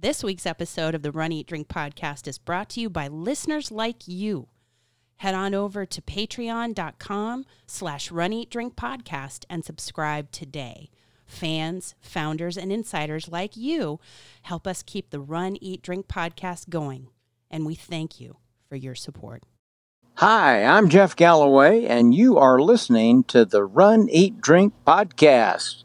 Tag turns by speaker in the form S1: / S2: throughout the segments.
S1: This week's episode of the Run Eat Drink podcast is brought to you by listeners like you. Head on over to patreon.com slash run eat drink podcast and subscribe today. Fans, founders, and insiders like you help us keep the Run Eat Drink podcast going. And we thank you for your support.
S2: Hi, I'm Jeff Galloway, and you are listening to the Run, Eat, Drink podcast.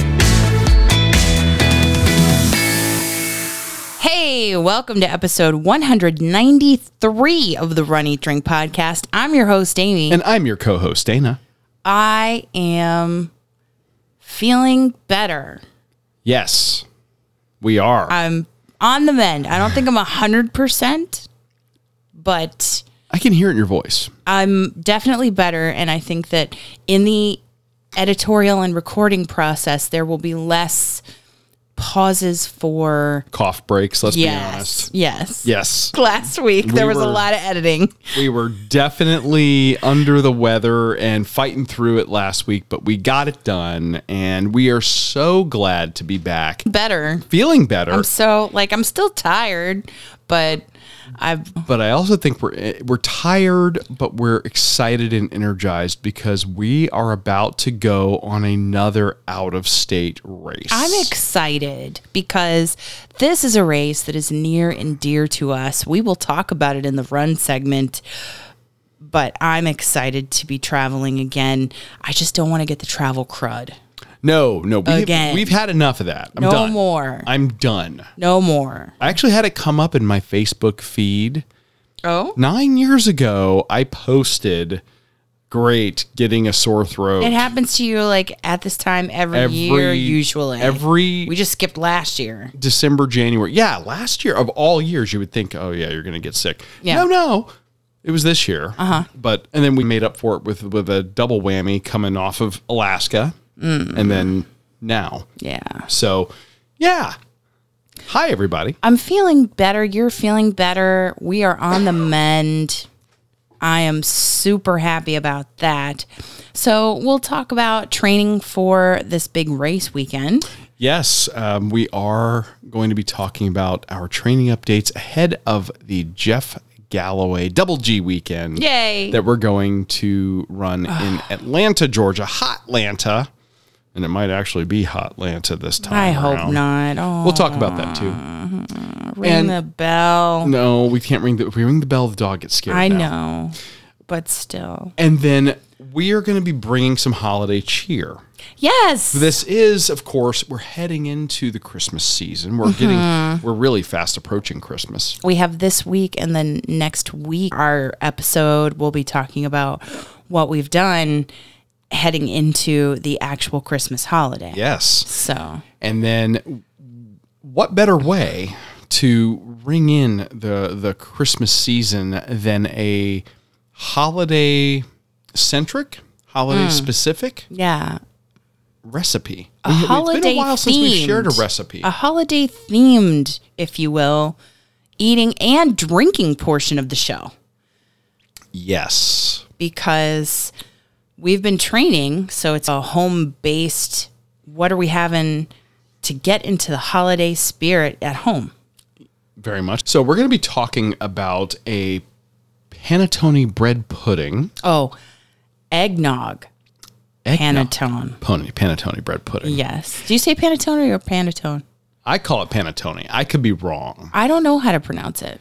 S3: Hey, welcome to episode 193 of the Run Eat Drink podcast. I'm your host, Amy.
S4: And I'm your co host, Dana.
S3: I am feeling better.
S4: Yes, we are.
S3: I'm on the mend. I don't think I'm 100%, but
S4: I can hear it in your voice.
S3: I'm definitely better. And I think that in the editorial and recording process, there will be less pauses for.
S4: Cough breaks, let's be
S3: Yes.
S4: honest.
S3: Yes.
S4: Yes.
S3: Last week, there was a
S4: were-
S3: lot of editing.
S4: We were definitely under the weather and fighting through it last week, but we got it done. And we are so glad to be back,
S3: Better.
S4: feeling better.
S3: I'm so like I'm still tired, but I've
S4: but I also think we're eh, we're tired, but we're excited and energized because we are about to go on another out of state race.
S3: I'm excited because this is a race that is near and dear to us. We will talk about it in the run segment, but I'm excited to be traveling again. I just don't want to get the travel crud.
S4: No, no. We
S3: Again.
S4: we've had enough of that. I'm
S3: No
S4: done.
S3: more.
S4: I'm done.
S3: No more.
S4: I actually had it come up in my Facebook feed.
S3: Oh,
S4: Nine years ago, I posted, great, getting a sore throat.
S3: it happens to you like at this time every, year usually.
S4: Every
S3: we just skipped last year.
S4: December, January. Yeah, last year of all years, you would think, oh, yeah, you're going to get sick.
S3: Yeah.
S4: No, no. It was this year. Uh-huh. But, and then we made up for it with, with a double whammy coming off of Alaska
S3: Mm.
S4: and then now.
S3: Yeah.
S4: So, yeah. Hi, everybody.
S3: I'm feeling better. You're feeling better. We are on the mend. I am super happy about that. So, we'll talk about training for this big race weekend.
S4: Yes, um, we are going to be talking about our training updates ahead of the Jeff Galloway Double G weekend.
S3: Yay.
S4: That we're going to run in Atlanta, Georgia, Hotlanta, and it might actually be Hotlanta this time.
S3: I hope
S4: around.
S3: not. Oh,
S4: We'll talk about that too.
S3: ring
S4: and-
S3: the bell.
S4: No, we can't ring the if we ring the bell. The dog gets scared.
S3: I
S4: now.
S3: know, but still.
S4: And then we are going to be bringing some holiday cheer.
S3: Yes.
S4: This is, of course, we're heading into the Christmas season. We're
S3: Mm-hmm.
S4: getting, we're really fast approaching Christmas.
S3: we have this week and then next week our episode we'll be talking about what we've done heading into the actual Christmas holiday.
S4: Yes.
S3: So,
S4: And then what better way to ring in the the Christmas season than a holiday centric, holiday
S3: Mm.
S4: specific
S3: yeah,
S4: recipe? A it's been
S3: holiday
S4: a while since we've shared a
S3: themed. Uh.
S4: recipe.
S3: a holiday themed, if you will, eating and drinking portion of the show
S4: yes.
S3: because we've been training. So it's a home based, what are we having to get into the holiday spirit at home?
S4: Very much. So we're going to be talking about a panettone bread pudding.
S3: Oh, eggnog,
S4: Egg- no,
S3: panettone.
S4: Pony, panettone bread pudding.
S3: Yes. Do you say panettone or panettone?
S4: I call it panettone. I could be wrong.
S3: I don't know how to pronounce it.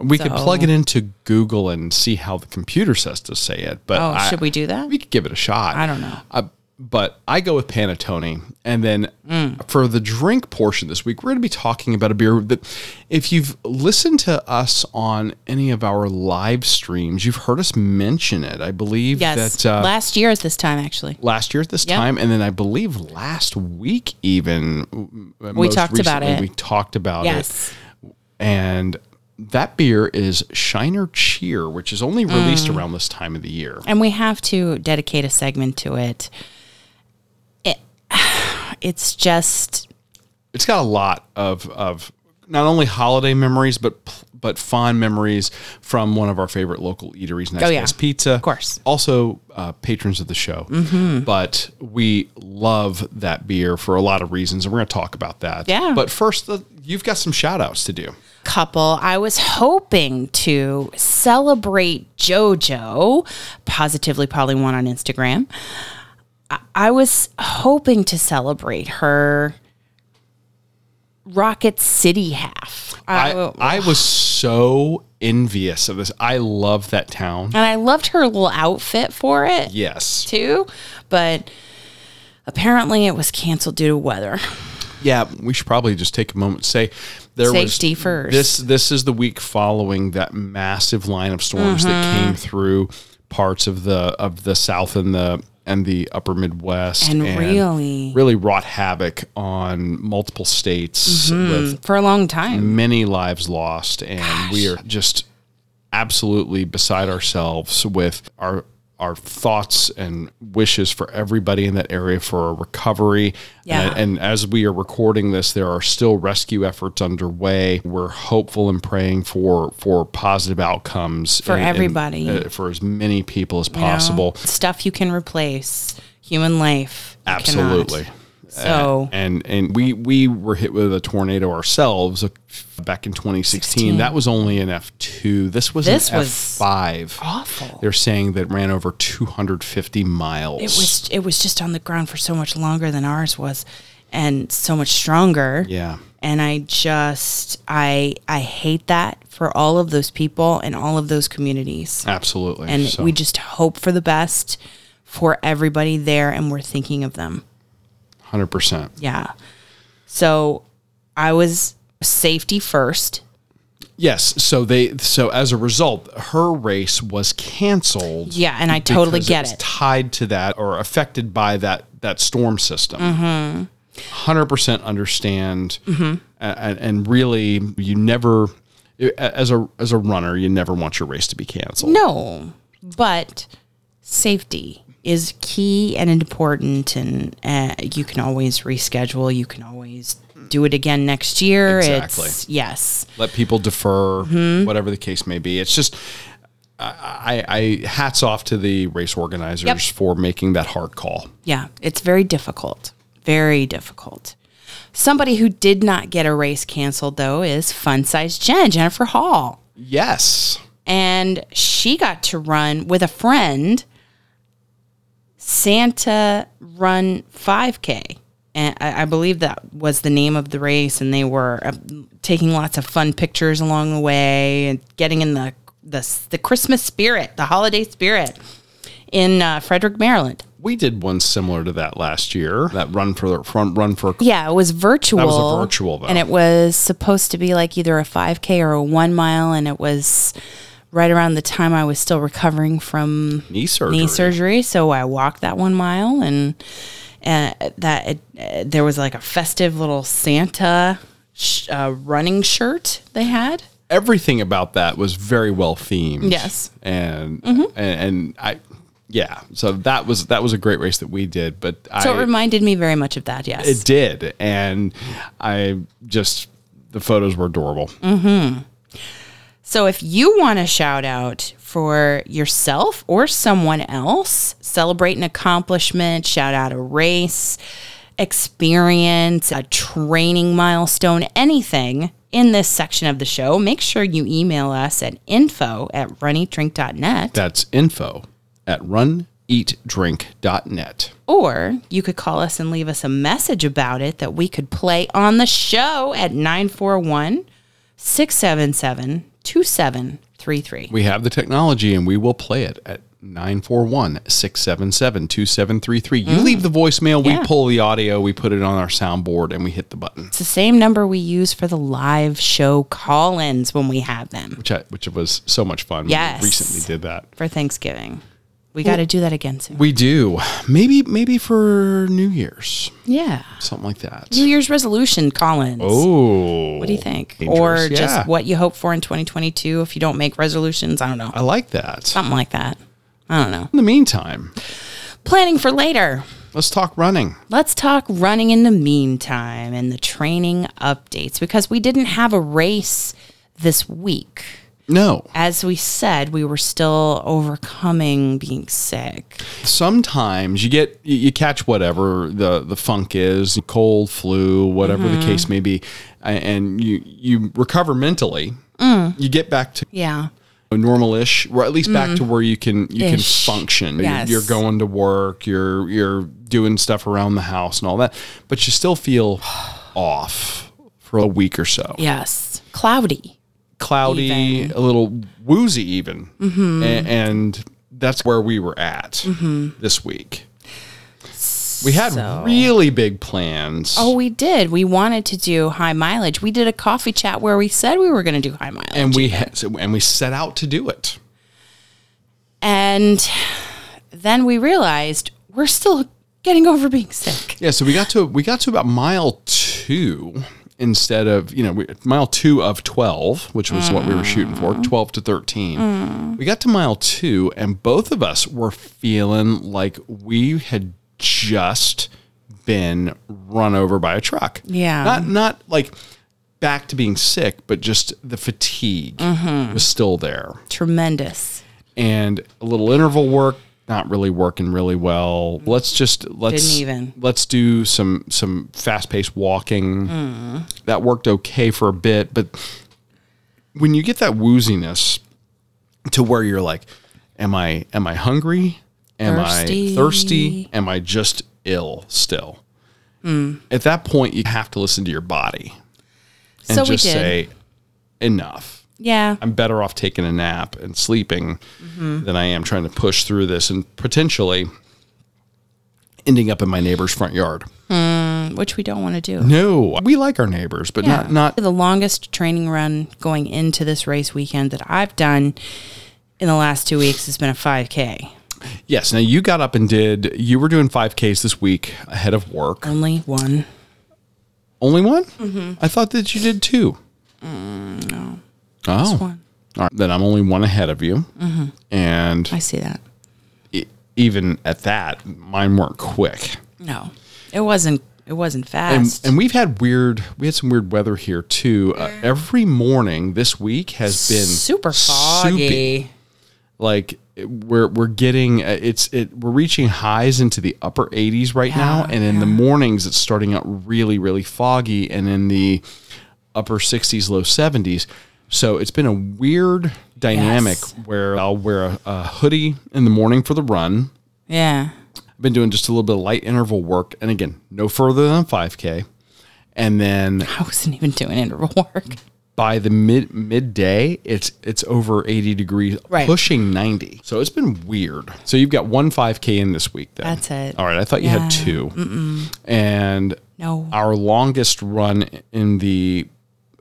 S4: We could plug
S3: So-
S4: it into Google and see how the computer says to say it. But
S3: Oh,
S4: I-
S3: should we do that?
S4: We could give it a shot.
S3: I don't know.
S4: Uh, but I go with panettone, and then
S3: Mm.
S4: for the drink portion this week, we're going to be talking about a beer that, if you've listened to us on any of our live streams, you've heard us mention it. I believe
S3: Yes.
S4: that uh, last-,
S3: Last year at this time, actually.
S4: year at this
S3: Yep.
S4: time, and then I believe last week even uh,
S3: We talked about it.
S4: We talked about it
S3: Yes.
S4: and That beer is Shiner Cheer, which is only released
S3: Mm.
S4: around this time of the year.
S3: And we have to dedicate a segment to it. It it's just
S4: It's got a lot of of not only holiday memories, but pl- but fond memories from one of our favorite local eateries, Nice
S3: Oh, yeah.
S4: Guys Pizza. Of
S3: course. Mm-hmm.
S4: Also, uh, patrons of the show. But we love that beer for a lot of reasons, and we're going to talk about that.
S3: Yeah.
S4: But first, the, you've got some shout outs to do.
S3: couple. I was hoping to celebrate JoJo, positively probably one on Instagram. I, I was hoping to celebrate her Rocket City half. I-
S4: I, I was so envious of this. I love that town.
S3: and I loved her little outfit for it
S4: Yes.
S3: too, but apparently it was canceled due to weather.
S4: Yeah, we should probably just take a moment to say there
S3: Safety
S4: was
S3: first.
S4: This this is the week following that massive line of storms that
S3: Mm-hmm.
S4: came through parts of the of the south and the and the upper Midwest
S3: And really-
S4: really wrought havoc on multiple states with
S3: For a long time.
S4: many lives lost and we are just absolutely beside ourselves with our our thoughts and wishes for everybody in that area for a recovery.
S3: Yeah.
S4: And, and as we are recording this, there are still rescue efforts underway. We're hopeful and praying for for positive outcomes
S3: For
S4: and- and,
S3: everybody.
S4: uh, for as many people as
S3: you know?
S4: possible.
S3: Stuff you can replace, human life. you cannot.
S4: Absolutely.
S3: So
S4: and and we we were hit with a tornado ourselves uh, back in 2016.
S3: 16.
S4: That was only an F2. This was
S3: This
S4: an
S3: was Oh.
S4: F5.
S3: awful.
S4: They're saying that ran over 250 miles.
S3: It was it was just on the ground for so much longer than ours was and so much stronger.
S4: yeah.
S3: And I just I I hate that for all of those people and all of those communities.
S4: Absolutely.
S3: and
S4: So,
S3: we just hope for the best for everybody there and we're thinking of them
S4: 100%.
S3: yeah so i was safety first
S4: Yes, so they so as a result her race was canceled.
S3: Yeah, and I totally
S4: because
S3: get
S4: was
S3: it.
S4: Tied to that or affected by that that storm system. 100% understand
S3: Mm-hmm.
S4: a- and, and really you never a- as a as a runner you never want your race to be canceled.
S3: no but safety is key and important and uh, you can always reschedule you can always do it again next year
S4: Exactly.
S3: it's yes
S4: Let people defer
S3: Mm-hmm.
S4: whatever the case may be. It's just I, I I- hats off to the race organizers
S3: Yep.
S4: for making that hard call.
S3: Yeah, it's very difficult. Very difficult. Somebody who did not get a race canceled, though, is Fun Size Jen, Jennifer Hall.
S4: Yes.
S3: And she got to run with a friend Santa Run 5K. And I, I believe that was the name of the race. And they were uh, taking lots of fun pictures along the way and getting in the, the, the Christmas spirit, the holiday spirit in uh, Frederick, Maryland.
S4: We did one similar to that last year. That run for front run for
S3: Yeah, it was virtual.
S4: virtual, though.
S3: and it was supposed to be like either a 5K or a one mile, and it was right around the time I was still recovering from
S4: knee surgery.
S3: knee surgery. So I walked that one mile, and uh, that it, uh, there was like a festive little Santa sh- uh, running shirt they had.
S4: Everything about that was very well themed.
S3: Yes. Mm-hmm.
S4: and and, and I, yeah. So that was that was a great race that we did, but
S3: So it
S4: I
S3: reminded me very much of that. Yes,
S4: it did, and I just the photos were adorable.
S3: Mm-hmm. So if you want a shout out for yourself or someone else, celebrate an accomplishment, shout out a race, experience, a training milestone, anything in this section of the show, make sure you email us at info at runnytrink.net
S4: That's info at runeatdrink.net.
S3: or you could call us and leave us a message about it that we could play on the show at 941 677 2733.
S4: We have the technology and we will play it at 941 677 2733. You leave the voicemail,
S3: Mm. Yeah.
S4: we pull the audio, we put it on our soundboard, and we hit the button,
S3: It's the same number we use for the live show call ins when we have them
S4: which, I, which was so much fun.
S3: Yes.
S4: We recently did that.
S3: for Thanksgiving. We got to do that again soon.
S4: We do. Maybe maybe for New Year's,
S3: yeah.
S4: something like that.
S3: New Year's resolution, Collins.
S4: Oh.
S3: What do you think?
S4: dangerous.
S3: Or just
S4: Yeah.
S3: what you hope for in 2022 if you don't make resolutions. I don't know.
S4: I like that.
S3: Something like that. I don't know.
S4: In the meantime,
S3: Planning for later.
S4: let's talk running.
S3: Let's talk running in the meantime and the training updates because we didn't have a race this week.
S4: No.
S3: As we said, we were still overcoming being sick.
S4: sometimes you get you, you catch whatever the the funk is cold flu whatever the
S3: Mm-hmm.
S4: case may be a- and you you recover mentally
S3: Mm.
S4: you get back to
S3: Yeah.
S4: normal-ish or at least back to where you can you
S3: Mm. Ish.
S4: can function You-
S3: Yes.
S4: you're going to work you're you're doing stuff around the house and all that but you still feel off for a week or so
S3: Yes. Cloudy.
S4: cloudy
S3: Even.
S4: a little woozy even mm-hmm. and that's where we were at
S3: Mm-hmm.
S4: this week we had really big plans.
S3: Oh, we did. We wanted to do high mileage. We did a coffee chat where we said we were going to do high mileage.
S4: and we had, and we set out to do it.
S3: And then we realized we're still getting over being sick.
S4: Yeah, so we got to we got to about mile two instead of you know we, mile two of twelve, which was what we were shooting for, twelve to thirteen. We got to mile two, and both of us were feeling like we had just been run over by a truck.
S3: Yeah.
S4: not not like back to being sick, but just the fatigue was still there
S3: Tremendous.
S4: and a little interval work not really working really well. Let's just let's
S3: Didn't even.
S4: let's do some some fast paced walking.
S3: Mm.
S4: That worked okay for a bit, but when you get that wooziness to where you're like, am I am I hungry? Am
S3: Thirsty.
S4: I thirsty? Am I just ill still?
S3: Mm.
S4: At that point, you have to listen to your body and
S3: So we
S4: just
S3: did.
S4: say enough.
S3: Yeah.
S4: I'm better off taking a nap and sleeping than I am trying to push through this and potentially ending up in my neighbor's front yard.
S3: Which we don't want to do.
S4: No, we like our neighbors, but
S3: Yeah.
S4: not not
S3: the longest training run going into this race weekend that I've done in the last two weeks has been a 5K.
S4: yes. Now you got up and did you were doing 5Ks this week ahead of work.
S3: Only one.
S4: Only one?
S3: Mm-hmm.
S4: I thought that you did two. no.
S3: Mm, one.
S4: Oh.
S3: Mm-hmm.
S4: All right, then I'm only one ahead of you. And
S3: I see that.
S4: e- even at that, mine weren't quick.
S3: No, it wasn't. It wasn't
S4: and,
S3: fast.
S4: and we've had weird we had some weird weather here too uh, every morning this week has been
S3: super
S4: soupy.
S3: foggy.
S4: like it- we're we're getting uh, it's it we're reaching highs into the upper 80s right now and in the mornings it's starting out really really foggy and in the upper 60s low 70s so it's been a weird dynamic
S3: Yes.
S4: where I'll wear a, a hoodie in the morning for the run
S3: Yeah.
S4: I've been doing just a little bit of light interval work and again no further than 5k and then
S3: I wasn't even doing interval work.
S4: by the mid midday, it's it's over eighty degrees,
S3: Right.
S4: pushing ninety. So it's been weird. So you've got one five k in this week. Then
S3: That's it.
S4: All right, I thought you
S3: Yeah.
S4: had 2 and
S3: No.
S4: our longest run in the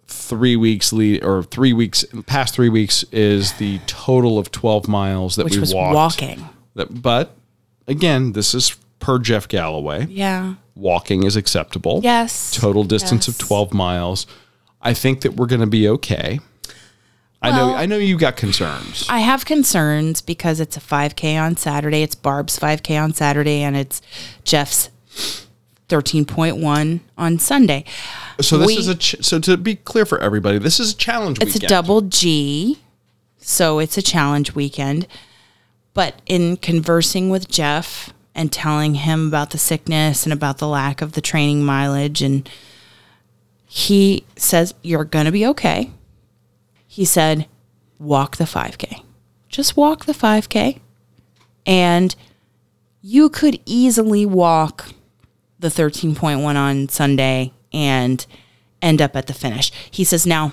S4: three weeks lead or three weeks past three weeks is the total of twelve miles that
S3: Which
S4: we
S3: was
S4: walked.
S3: walking.
S4: That- But again, this is per Jeff Galloway.
S3: Yeah.
S4: Walking is acceptable
S3: Yes.
S4: total distance
S3: Yes.
S4: of 12 miles. I think that we're going to be okay. I know I know you got concerns.
S3: I have concerns because it's a 5K on Saturday. It's Barb's 5K on Saturday, and it's Jeff's 13.1 on Sunday.
S4: so this
S3: we-
S4: is a ch- so to be clear for everybody, this is a challenge
S3: It's
S4: weekend.
S3: a double G, so it's a challenge weekend. But in conversing with Jeff and telling him about the sickness and about the lack of the training mileage, and he says, You're going to be okay. He said, Walk the 5K. Just walk the 5K. And you could easily walk the 13.1 on Sunday and end up at the finish. He says, now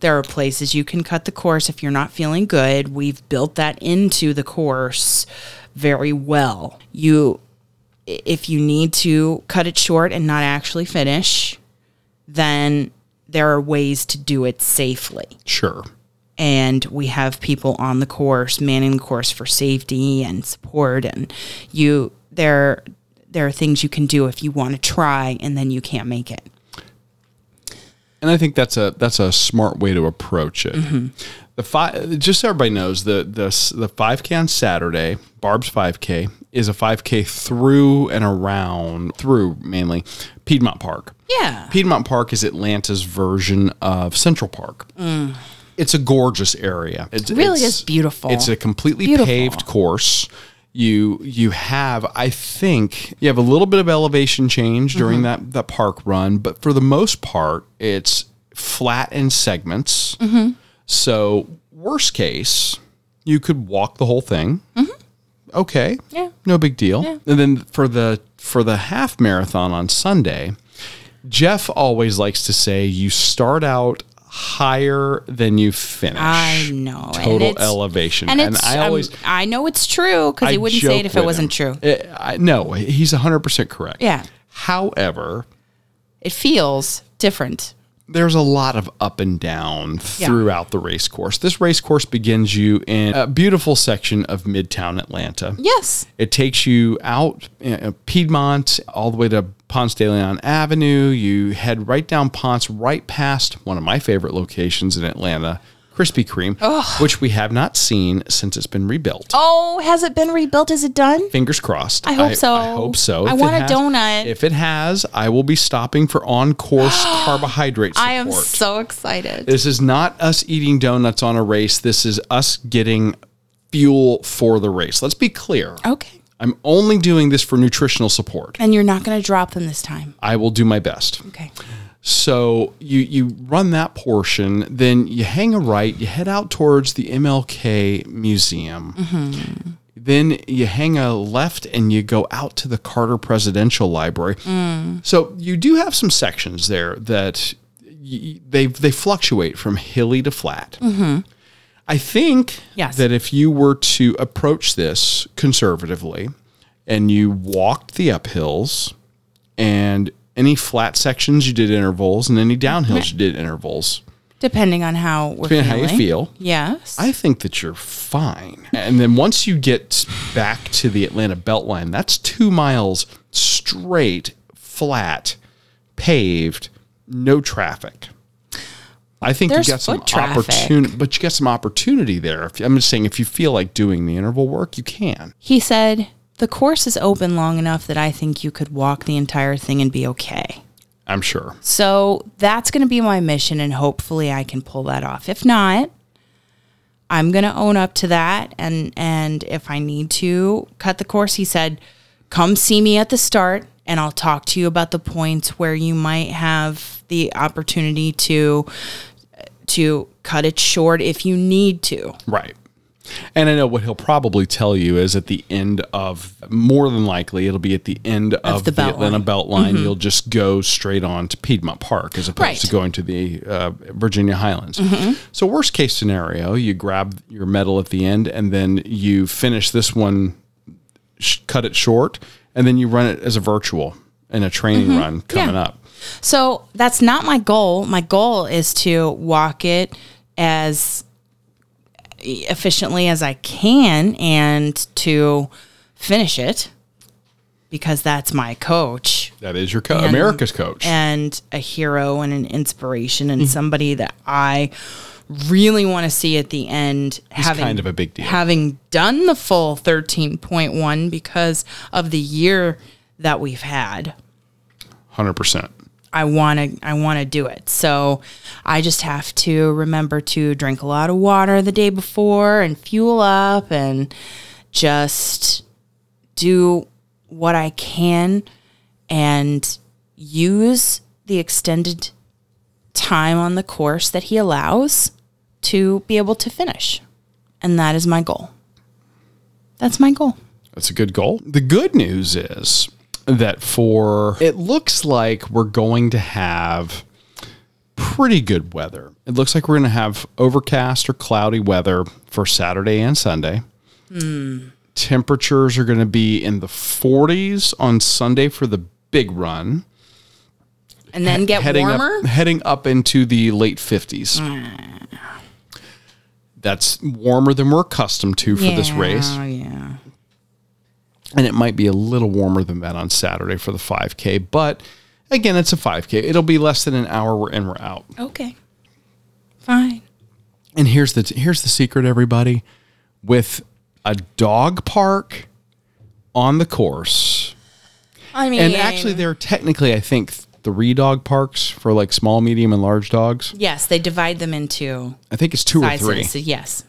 S3: there are places you can cut the course if you're not feeling good. We've built that into the course very well. You, i- if you need to cut it short and not actually finish, then there are ways to do it safely.
S4: Sure.
S3: and we have people on the course manning the course for safety and support and you there there are things you can do if you want to try and then you can't make it
S4: and I think that's a that's a smart way to approach it.
S3: Mm-hmm.
S4: The five, just so everybody knows, the the s- the five k on Saturday, Barb's five k is a five k through and around through mainly Piedmont Park.
S3: yeah
S4: Piedmont Park is Atlanta's version of Central Park. It's a gorgeous area. It's,
S3: Mm. really is beautiful.
S4: It's a completely
S3: Beautiful.
S4: paved course. You you have I think you have a little bit of elevation change during
S3: Mm-hmm.
S4: that that park run, but for the most part, it's flat in segments.
S3: Mm-hmm.
S4: So worst case, you could walk the whole thing okay.
S3: Mm-hmm. Yeah.
S4: No big deal. And then for the for the half marathon on Sunday, Jeff always likes to say you start out higher than you finish.
S3: I know. and
S4: Total
S3: it's-
S4: elevation.
S3: And, it's, um,
S4: I always
S3: I know it's true because he
S4: I
S3: wouldn't say it
S4: joke
S3: if it
S4: with
S3: wasn't
S4: him.
S3: true.
S4: Eh, I, no, he's 100% correct.
S3: Yeah.
S4: However,
S3: It feels different.
S4: there's a lot of up and down throughout the race course. This race course begins you in a beautiful section of Midtown Atlanta.
S3: Yes.
S4: It takes you out uh, Piedmont all the way to Ponce de Leon Avenue. You head right down Ponce, right past one of my favorite locations in Atlanta, Krispy Kreme, which we have not seen since it's been rebuilt.
S3: Oh, has it been rebuilt? Is it done?
S4: Fingers crossed.
S3: I hope so.
S4: I hope so.
S3: I
S4: If it
S3: want a
S4: has-
S3: donut.
S4: If it has, I will be stopping for on course carbohydrate support.
S3: I am so excited.
S4: This is not us eating donuts on a race. This is us getting fuel for the race. Let's be clear.
S3: okay.
S4: I'm only doing this for nutritional support.
S3: And you're not going to drop them this time.
S4: I will do my best.
S3: Okay.
S4: So you you run that portion, then you hang a right, you head out towards the MLK Museum. Then you hang a left and you go out to the Carter Presidential Library. So you do have some sections there that y- they they fluctuate from hilly to flat. I think
S3: Yes.
S4: that if you were to approach this conservatively and you walked the uphills and any flat sections you did intervals and any downhills you did intervals,
S3: Depending on how we're
S4: depending on
S3: feeling.
S4: how you feel,
S3: Yes.
S4: I think that you're fine. And then once you get back to the Atlanta Beltline, that's two miles straight, flat, paved, no traffic. I think
S3: There's
S4: you got some
S3: foot traffic.
S4: opportunity, but you got some opportunity there. If, I'm just saying, if you feel like doing the interval work, you can.
S3: he said, the course is open long enough that I think you could walk the entire thing and be okay.
S4: I'm sure.
S3: So that's going to be my mission, and hopefully I can pull that off. If not, I'm going to own up to that, and and if I need to cut the course, he said, come see me at the start, and I'll talk to you about the points where you might have the opportunity to to cut it short if you need to.
S4: Right. And I know what he'll probably tell you is at the end of more than likely it'll be at the end of,
S3: the
S4: the,
S3: Beltline. Mm-hmm.
S4: Atlanta Beltline. You'll just go straight on to Piedmont Park as opposed
S3: Right. Mm-hmm.
S4: to going to the uh, Virginia Highlands. So worst case scenario, you grab your medal at the end and then you finish this one, sh- cut it short, and then you run it as a virtual and a training
S3: Mm-hmm.
S4: run coming up.
S3: So that's not my goal. My goal is to walk it as efficiently as I can and to finish it because that's my coach
S4: That is your co- America's coach.
S3: and a hero and an inspiration and
S4: Mm-hmm.
S3: somebody that I really want to see at the end having
S4: kind of a big deal.
S3: having done the full 13.1 because of the year that we've had.
S4: 100%.
S3: I want to I want to do it. So I just have to remember to drink a lot of water the day before and fuel up and just do what I can and use the extended time on the course that he allows to be able to finish. And that is my goal. That's my goal.
S4: That's a good goal. The good news is that for it looks like we're going to have pretty good weather. It looks like we're going to have overcast or cloudy weather for Saturday and Sunday. Hmm. Temperatures are going to be in the 40s on Sunday for the big run.
S3: And then get
S4: heading
S3: warmer.
S4: Hmm. up heading up into the late 50s. That's warmer than we're accustomed to for this race.
S3: Yeah, Yeah.
S4: And it might be a little warmer than that on Saturday for the 5K. But again, it's a 5K. It'll be less than an hour. We're in, we're out.
S3: Okay. Fine.
S4: And here's the here's the secret, everybody. With a dog park on the course,
S3: I mean,
S4: and actually, there are technically, I think, three dog parks for like small, medium, and large dogs.
S3: yes, they divide them into
S4: I think it's two
S3: sizes.
S4: or three.
S3: So yes.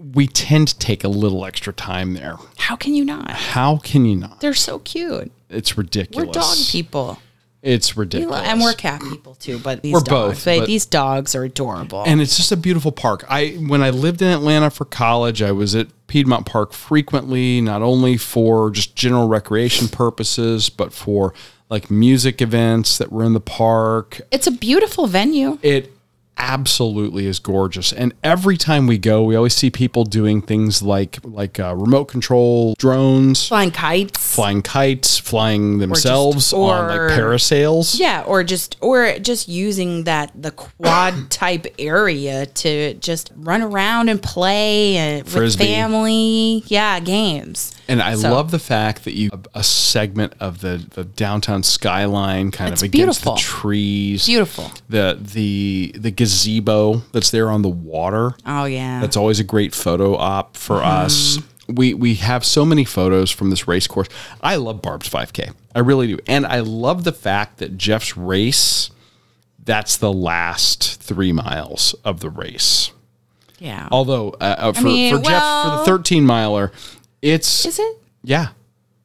S4: We tend to take a little extra time there.
S3: How can you not?
S4: How can you not?
S3: They're so cute.
S4: It's
S3: We're
S4: ridiculous.
S3: dog people.
S4: It's
S3: We
S4: ridiculous.
S3: lo- and we're cat people too, but these
S4: We're
S3: dogs,
S4: both,
S3: they-
S4: but-
S3: these dogs are adorable.
S4: and it's just a beautiful park. I when I lived in Atlanta for college, I was at Piedmont Park frequently, not only for just general recreation purposes, but for like music events that were in the park.
S3: it's a beautiful venue.
S4: It absolutely is gorgeous. And every time we go, we always see people doing things like like uh, remote control drones,
S3: Flying kites.
S4: flying kites, flying themselves on
S3: or-
S4: like parasails.
S3: Yeah, or just or just using that the quad type area to just run around and play and with
S4: Frisbee.
S3: family, yeah, games.
S4: And I
S3: So-
S4: love the fact that you a segment of the, the downtown skyline kind
S3: It's
S4: of against
S3: beautiful.
S4: the trees.
S3: Beautiful.
S4: The the the gazebo that's there on the water.
S3: Oh yeah,
S4: That's always a great photo op for
S3: Mm-hmm.
S4: us. We we have so many photos from this race course. I love Barb's 5K. I really do. And I love the fact that Jeff's race that's the last 3 miles of the race.
S3: yeah.
S4: Although uh, uh, for,
S3: mean,
S4: for Jeff for
S3: well-
S4: the 13 miler, it's
S3: Is it
S4: yeah.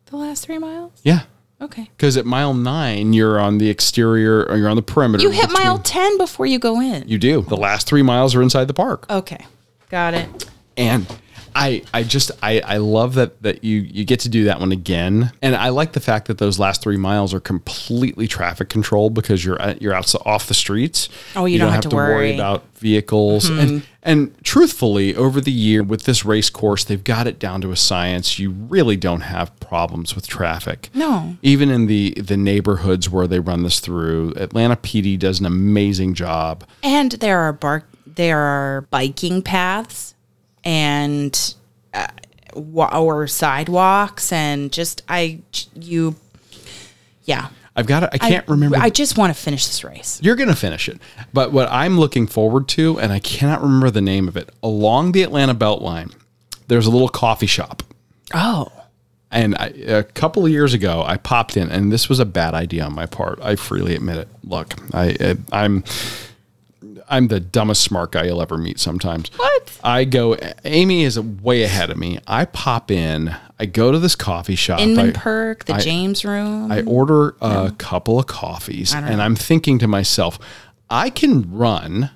S3: the last three miles?
S4: Yeah.
S3: Okay,
S4: Because at mile nine, you're on the exterior or you're on the perimeter.
S3: you hit
S4: between-
S3: mile ten before you go in.
S4: You do. The last three miles are inside the park.
S3: okay, got it.
S4: And I, I just, I, I love that that you you get to do that one again. And I like the fact that those last three miles are completely traffic controlled because you're at, you're out off the streets.
S3: Oh, you don't have to worry. Mm-hmm.
S4: about vehicles. And and truthfully, over the year with this race course, they've got it down to a science. You really don't have problems with traffic.
S3: No.
S4: Even in the the neighborhoods where they run this through, Atlanta PD does an amazing job.
S3: And there are bar- there are biking paths and uh, wa- or sidewalks and just I you yeah.
S4: I've got it. I can't remember.
S3: I just want to finish this race.
S4: You're going to finish it. But what I'm looking forward to, and I cannot remember the name of it, along the Atlanta Beltline, there's a little coffee shop.
S3: Oh.
S4: And I, a couple of years ago, I popped in, and this was a bad idea on my part. I freely admit it. Look, I, I I'm I'm the dumbest smart guy you'll ever meet. Sometimes
S3: What?
S4: I go, Amy is way ahead of me. I pop in, I go to this coffee shop.
S3: Inman
S4: I-
S3: Perk, the James Room.
S4: I order a couple of coffees, and I'm thinking to myself, I can run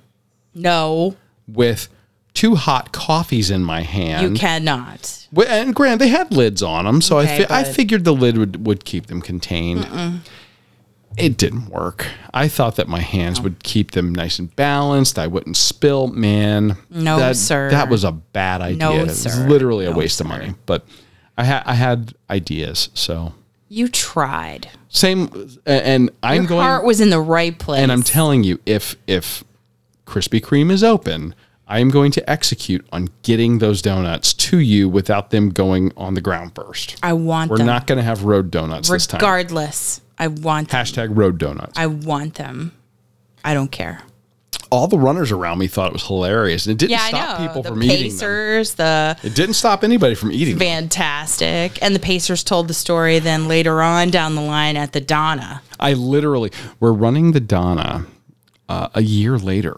S3: no,
S4: with two hot coffees in my
S3: you
S4: hand.
S3: cannot.
S4: Well, And Grant, they had lids on them, so
S3: Okay,
S4: I, fi- I
S3: but-
S4: figured the lid would, would keep them contained. It didn't work. I thought that my hands would keep them nice and balanced. I wouldn't spill. Man,
S3: No,
S4: that,
S3: sir.
S4: That was a bad idea.
S3: No,
S4: it was
S3: sir.
S4: literally a
S3: No,
S4: waste of money. But I, ha- I had ideas. So
S3: You tried.
S4: same, a- and I'm
S3: Your
S4: going.
S3: heart was in the right place.
S4: And I'm telling you, if if Krispy Kreme is open, I am going to execute on getting those donuts to you without them going on the ground first.
S3: I want
S4: We're
S3: them.
S4: not going to have road donuts this time.
S3: regardless. I want them.
S4: Hashtag road donuts.
S3: I want them. I don't care.
S4: All the runners around me thought it was hilarious, and it didn't
S3: Yeah,
S4: stop
S3: I know.
S4: people
S3: the
S4: from eating them.
S3: Pacers, the
S4: It didn't stop anybody from eating. Them.
S3: fantastic. And the Pacers told the story then later on down the line at the Donna.
S4: I literally, we're running the Donna uh, a year later.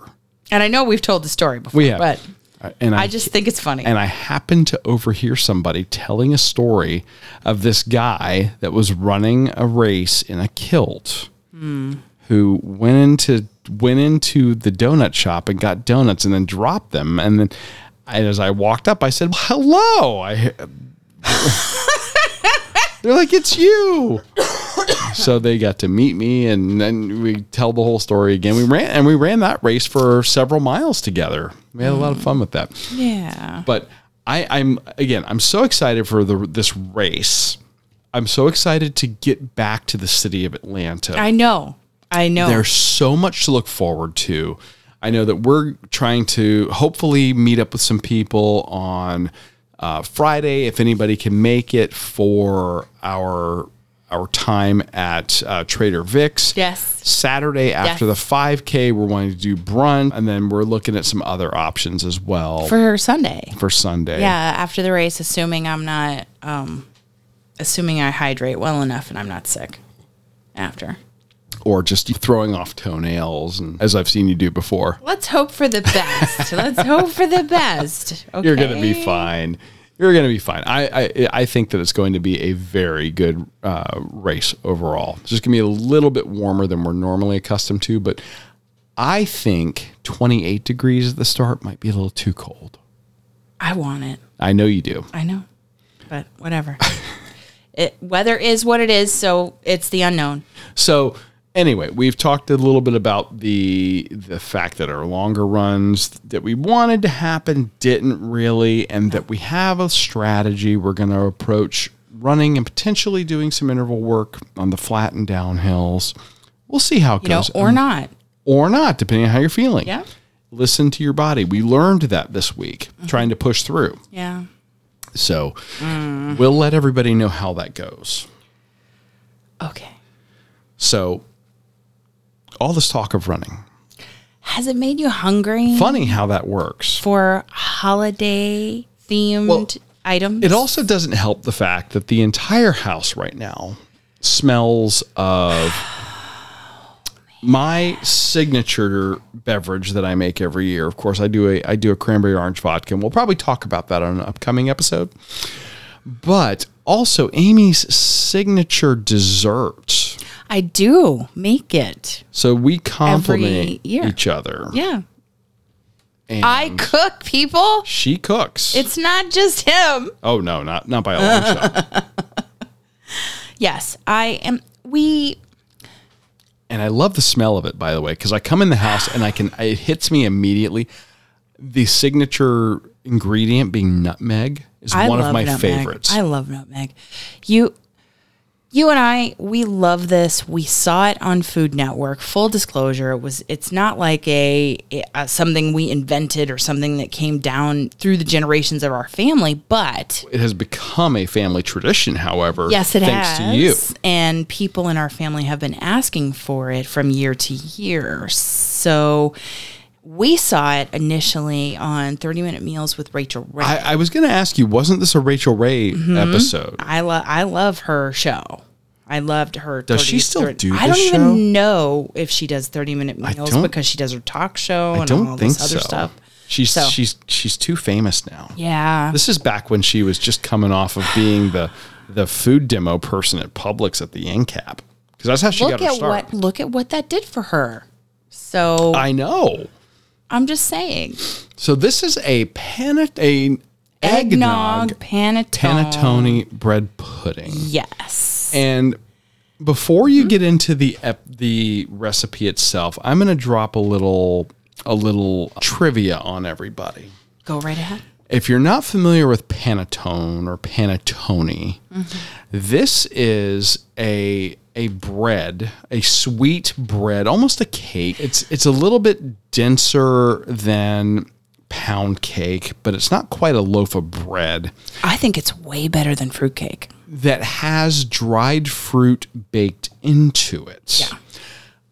S3: And I know we've told the story before,
S4: We have,
S3: but
S4: Uh, and
S3: I just think it's funny.
S4: and I happened to overhear somebody telling a story of this guy that was running a race in a kilt who went into went into the donut shop and got donuts and then dropped them and then and as I walked up I said hello I They're like it's you. so they got to meet me and then we tell the whole story again. We ran and we ran that race for several miles together. We had a lot of fun with that
S3: yeah.
S4: but I, I'm again, I'm so excited for the this race. I'm so excited to get back to the city of Atlanta.
S3: I know. I know.
S4: There's so much to look forward to. I know that we're trying to hopefully meet up with some people on uh, Friday if anybody can make it for our our time at uh, Trader Vic's.
S3: Yes.
S4: Saturday after
S3: Yes.
S4: the 5K, we're wanting to do brunch, and then we're looking at some other options as well for,
S3: for Sunday.
S4: Sunday.
S3: Yeah, after the race, assuming I'm not, um, assuming I hydrate well enough and I'm not sick after.
S4: or just throwing off toenails, and as I've seen you do before.
S3: Let's hope for the best. Let's hope for the best. Okay.
S4: You're going to be fine. You're going to be fine. I, I I think that it's going to be a very good uh, race overall. It's just going to be a little bit warmer than we're normally accustomed to, but I think 28 degrees at the start might be a little too cold.
S3: I want it.
S4: I know you do.
S3: I know, but whatever. it, weather is what it is, so it's the unknown.
S4: So anyway, we've talked a little bit about the the fact that our longer runs that we wanted to happen didn't really, and that we have a strategy we're going to approach running and potentially doing some interval work on the flat and downhills. We'll see how it
S3: You know,
S4: goes, um,
S3: or not.
S4: or not, depending on how you're feeling.
S3: Yeah.
S4: Listen to your body. We learned that this week, trying to push through.
S3: Yeah.
S4: So we'll let everybody know how that goes.
S3: Okay.
S4: So all this talk of running,
S3: Has it made you hungry
S4: funny how that works.
S3: for holiday themed items?
S4: It also doesn't help the fact that the entire house right now smells of my signature beverage that I make every year. Of course, I do a I do a cranberry orange vodka, and we'll probably talk about that on an upcoming episode. But also Amy's signature dessert.
S3: I do make it.
S4: So we complement
S3: year.
S4: each other.
S3: Yeah.
S4: And
S3: I cook people.
S4: she cooks.
S3: It's not just him.
S4: oh no, not not by a long shot.
S3: Yes, I am. We
S4: and I love the smell of it, by the way, because I come in the house and I can it hits me immediately. The signature ingredient being nutmeg is
S3: I
S4: one of
S3: love
S4: my
S3: nutmeg.
S4: favorites.
S3: I love nutmeg. You you and I we love this. We saw it on Food Network. Full disclosure, it was it's not like a, a something we invented or something that came down through the generations of our family, but
S4: it has become a family tradition, however.
S3: Yes, it
S4: thanks
S3: has.
S4: to you.
S3: And people in our family have been asking for it from year to year. So we saw it initially on 30 Minute Meals with Rachel Ray.
S4: I,
S3: I,
S4: I was going to ask you, wasn't this a Rachel Ray episode?
S3: lo- Mm-hmm. I love her show. I loved her.
S4: Does she
S3: 30
S4: still
S3: 30
S4: do
S3: I
S4: this
S3: don't
S4: show?
S3: even know if she does 30 Minute Meals
S4: don't-
S3: because she does her talk show
S4: I
S3: and
S4: don't
S3: all
S4: think
S3: this other
S4: so.
S3: stuff.
S4: She's
S3: So-
S4: she's she's too famous now.
S3: Yeah.
S4: This is back when she was just coming off of being the the food demo person at Publix at the NCAP because that's how she
S3: look
S4: got her
S3: at
S4: start.
S3: what look at what that did for her. So
S4: I know.
S3: I'm just saying.
S4: So this is a panat a eggnog
S3: panettone.
S4: panettone bread pudding.
S3: Yes.
S4: And before you get into the ep- the recipe itself, I'm going to drop a little a little trivia on everybody.
S3: Go right ahead.
S4: If you're not familiar with panettone or panettone, this is a a bread, a sweet bread, almost a cake. It's it's a little bit denser than pound cake, but it's not quite a loaf of bread
S3: I think it's way better than fruitcake.
S4: that has dried fruit baked into it. Yeah.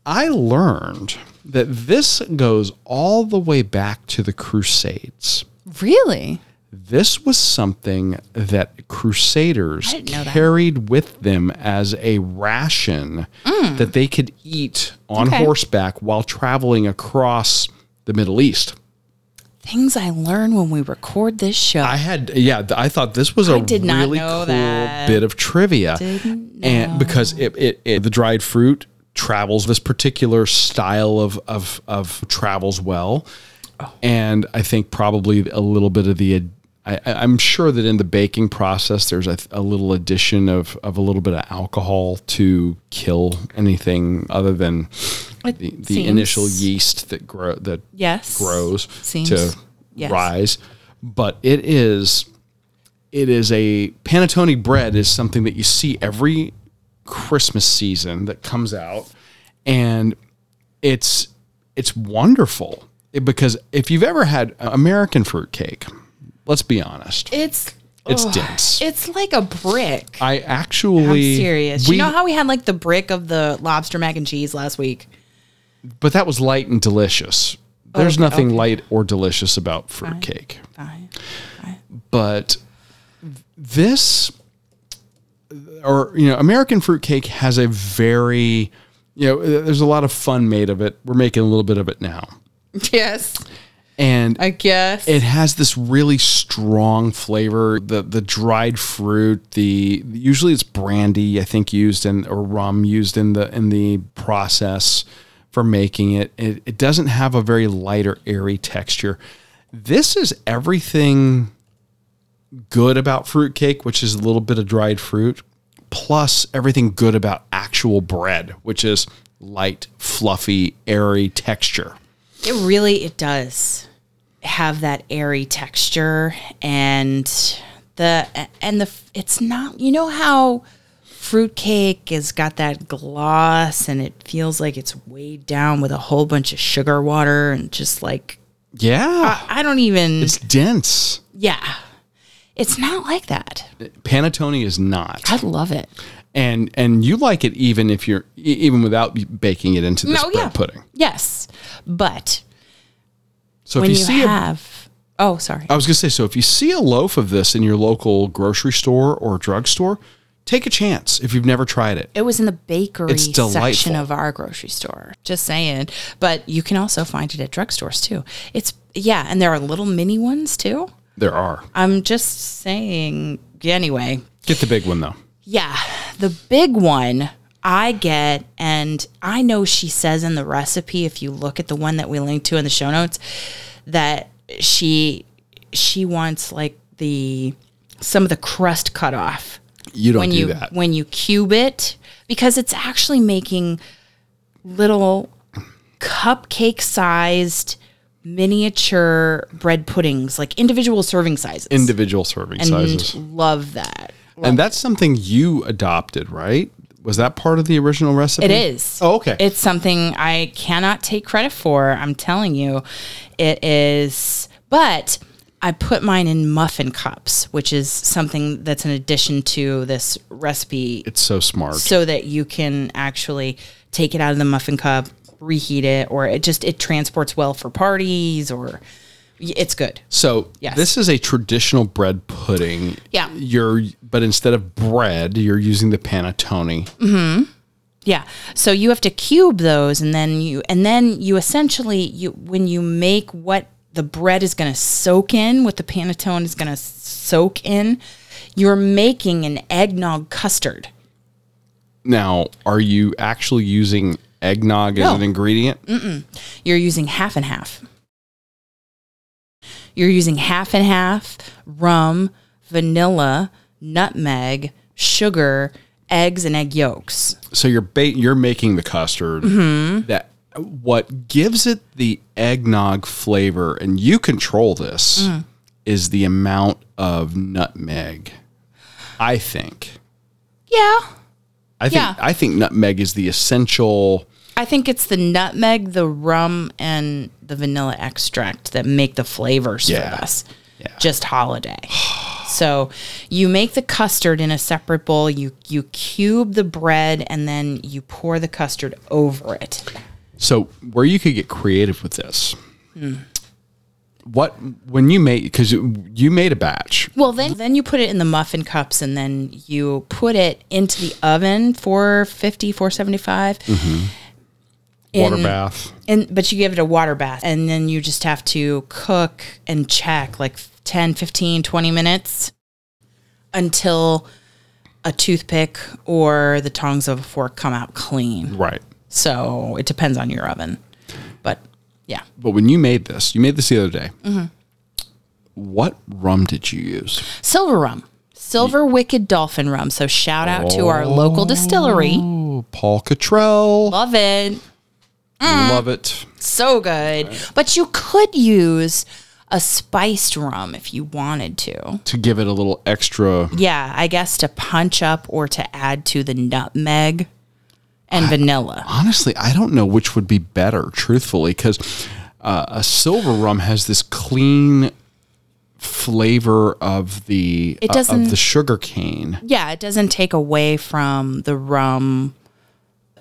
S4: I learned that this goes all the way back to the Crusades.
S3: Really?
S4: This was something that crusaders
S3: I didn't know that.
S4: carried with them as a ration that they could eat on
S3: Mm. Okay.
S4: horseback while traveling across the Middle East.
S3: Things I learn when we record this show.
S4: I had yeah, th- I thought this was a
S3: did not
S4: really
S3: know
S4: cool
S3: that.
S4: bit of trivia. And because it, it, it the dried fruit travels this particular style of of of travels well. And I think probably a little bit of the I, I- I'm sure that in the baking process, there's a, a little addition of, of a little bit of alcohol to kill anything other than
S3: It
S4: the, the
S3: seems-
S4: initial yeast that grow that
S3: yes.
S4: grows
S3: Seems-
S4: to
S3: yes.
S4: rise. But it is it is a panettone bread is something that you see every Christmas season that comes out and it's it's wonderful. it- because if you've ever had American fruitcake, let's be honest,
S3: It's
S4: it's
S3: ugh,
S4: dense.
S3: It's like a brick.
S4: I actually
S3: I'm serious.
S4: We,
S3: you know how we had like the brick of the lobster mac and cheese last week?
S4: but that was light and delicious. There's
S3: Okay,
S4: nothing
S3: okay.
S4: light or delicious about fruitcake. But this or you know, American fruitcake has a very you know, there's a lot of fun made of it. We're making a little bit of it now.
S3: Yes.
S4: And
S3: I guess.
S4: it has this really strong flavor the the dried fruit the usually it's brandy i think used in or rum used in the in the process for making it it, it doesn't have a very light or airy texture this is everything good about fruitcake which is a little bit of dried fruit plus everything good about actual bread which is light fluffy airy texture
S3: It really it does have that airy texture and the and the it's not you know how fruitcake has got that gloss and it feels like it's weighed down with a whole bunch of sugar water and just like
S4: yeah
S3: I don't even
S4: it's dense
S3: yeah. It's not like that.
S4: panettone is not
S3: I love it.
S4: and and you like it even if you're e- even without baking it into this
S3: No,
S4: bread
S3: yeah.
S4: pudding
S3: Yes. But
S4: so if
S3: when
S4: you,
S3: you,
S4: see a, I
S3: have Oh, sorry.
S4: was gonna say so if you see a loaf of this in your local grocery store or drugstore take a chance if you've never tried it
S3: It was in the bakery
S4: It's delightful.
S3: section of our grocery store. Just saying. But you can also find it at drugstores too. It's yeah, and there are little mini ones too.
S4: there are
S3: I'm just saying. yeah, Anyway,
S4: get the big one though
S3: yeah, the big one I get, and I know she says in the recipe, if you look at the one that we linked to in the show notes, that she she wants like the some of the crust cut off
S4: you don't
S3: when
S4: do
S3: you
S4: that
S3: when you cube it because it's actually making little cupcake sized miniature bread puddings like individual serving sizes
S4: individual serving sizes
S3: love that
S4: and that's something you adopted right was that part of the original recipe
S3: it is
S4: oh okay
S3: it's something i cannot take credit for i'm telling you it is but i put mine in muffin cups which is something that's an addition to this recipe
S4: it's so smart
S3: so that you can actually take it out of the muffin cup, reheat it, or it just it transports well for parties, or y- it's good.
S4: So
S3: Yes.
S4: this is a traditional bread pudding.
S3: Yeah.
S4: You're but instead of bread, you're using the panettone.
S3: Yeah. So you have to cube those, and then you and then you essentially you when you make what the bread is going to soak in, what the panettone is going to soak in, you're making an eggnog custard.
S4: Now, are you actually using eggnog
S3: No.
S4: as an ingredient?
S3: you're using half and half. You're using half and half rum, vanilla, nutmeg, sugar, eggs, and egg yolks.
S4: So you're ba- you're making the custard
S3: Mm-hmm.
S4: that what gives it the eggnog flavor and you control this
S3: Mm.
S4: is the amount of nutmeg. I think.
S3: Yeah.
S4: I think
S3: Yeah.
S4: I think nutmeg is the essential
S3: I think it's the nutmeg, the rum, and the vanilla extract that make the flavors
S4: Yeah.
S3: for us.
S4: Yeah.
S3: Just holiday. so you make the custard in a separate bowl, you you cube the bread and then you pour the custard over it.
S4: So where you could get creative with this, what when you made because you made a batch,
S3: Well, then then you put it in the muffin cups and then you put it into the oven 450, 475.
S4: water
S3: In-
S4: bath.
S3: And but you give it a water bath and then you just have to cook and check like 10, 15, 20 minutes until a toothpick or the tongs of a fork come out clean.
S4: Right.
S3: So, it depends on your oven. But yeah.
S4: But when you made this, you made this the other day. What rum did you use?
S3: Silver rum. Silver Wicked Dolphin rum. So shout out to our local distillery.
S4: Oh, Paul Cottrell.
S3: Love it. Mm.
S4: Love it.
S3: so good. But you could use a spiced rum if you wanted to.
S4: To give it a little extra.
S3: Yeah, I guess to punch up or to add to the nutmeg and vanilla.
S4: Honestly, I don't know which would be better, truthfully, because Uh, a silver rum has this clean flavor of the
S3: It
S4: uh,
S3: doesn't-
S4: of the sugar cane.
S3: Yeah, it doesn't take away from the rum.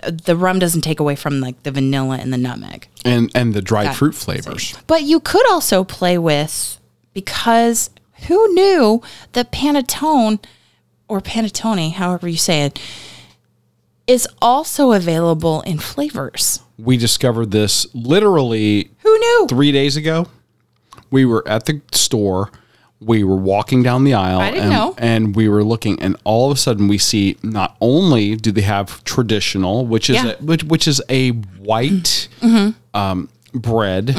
S3: uh, The rum doesn't take away from like the vanilla and the nutmeg.
S4: and and the dried fruit flavors.
S3: But you could also play with because who knew that panettone or panettone, however you say it, is also available in flavors.
S4: We discovered this literally
S3: Who knew?
S4: three days ago. We were at the store. We were walking down the aisle,
S3: I didn't
S4: and,
S3: know.
S4: and we were looking, and all of a sudden we see not only do they have traditional, which is
S3: Yeah. Mm-hmm.
S4: a, which, which is a white um, bread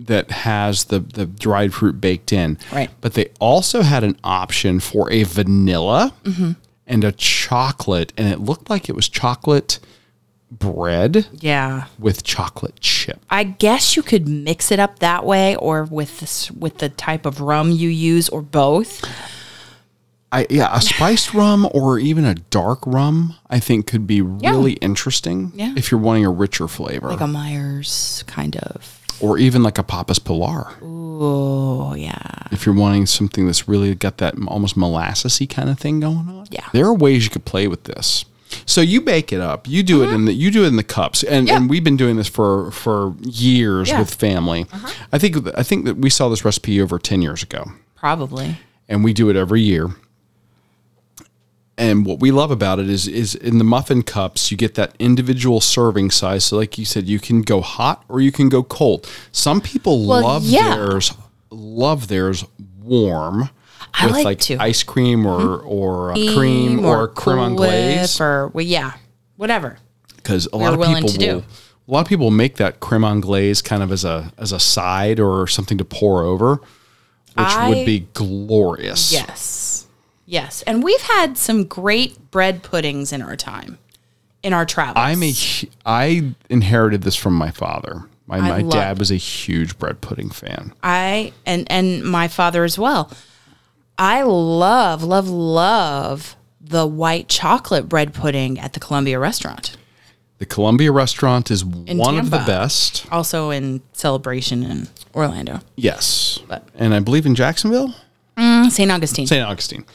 S4: that has the the dried fruit baked in,
S3: Right.
S4: But they also had an option for a vanilla
S3: Mm-hmm.
S4: and a chocolate, and it looked like it was chocolate bread
S3: Yeah.
S4: with chocolate chip.
S3: I guess you could mix it up that way or with this with the type of rum you use or both.
S4: I yeah, a spiced rum or even a dark rum, I think could be really interesting
S3: Yeah.
S4: if you're wanting a richer flavor,
S3: Like a Myers kind of.
S4: or even like a Papas Pilar
S3: Oh yeah.
S4: if you're wanting something that's really got that m- almost molassesy kind of thing going on.
S3: Yeah.
S4: there are ways you could play with this. So you bake it up. You do it in the you do it in the cups, and,
S3: Uh-huh. Yeah.
S4: and we've been doing this for for years
S3: Yeah. Uh-huh.
S4: with family. I think I think that we saw this recipe over ten years ago.
S3: Probably.
S4: and we do it every year. And what we love about it is is in the muffin cups you get that individual serving size. So like you said, you can go hot or you can go cold. Some people
S3: Well,
S4: love
S3: yeah.
S4: theirs love theirs warm
S3: I
S4: with
S3: like
S4: like,
S3: to. Mm-hmm.
S4: ice cream or or uh, cream or, creme
S3: Cool Whip
S4: anglaise
S3: or well, yeah, whatever.
S4: because a
S3: We're
S4: lot of
S3: willing
S4: people
S3: to do.
S4: will, a lot of people make that creme anglaise kind of as a as a side or something to pour over, which
S3: I-
S4: would be glorious.
S3: Yes. Yes. And we've had some great bread puddings in our time, in our travels.
S4: I'm a hu- I inherited this from my father. My, my
S3: love-
S4: dad was a huge bread pudding fan.
S3: I and and my father as well. I love love love the white chocolate bread pudding at the Columbia restaurant.
S4: The Columbia restaurant is one of the
S3: Tampa.
S4: best.
S3: Also in celebration in Orlando.
S4: Yes.
S3: But-
S4: and I believe in Jacksonville,
S3: St. Augustine.
S4: St. Hmm. Augustine.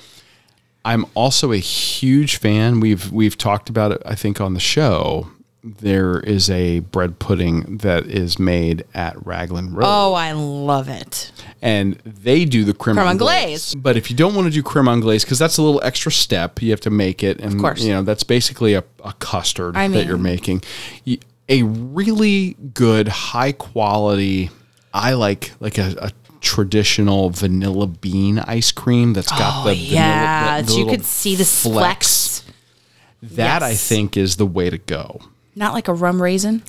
S4: I'm also a huge fan. We've we've talked about it I think on the show. There is a bread pudding that is made at Raglan Road.
S3: oh, I love it.
S4: and they do the creme,
S3: Creme
S4: anglaise. But if you don't want to do creme anglaise, because that's a little extra step, you have to make it, and
S3: course.
S4: you know that's basically a, a custard
S3: I
S4: that you're
S3: mean-
S4: making. Y- A really good, high quality. I like like a. a Traditional vanilla bean ice cream that's got the vanilla,
S3: Oh, Yeah,
S4: the- the
S3: so you
S4: little
S3: could see the flex.
S4: That I
S3: Yes.
S4: think is the way to go.
S3: Not like a rum raisin.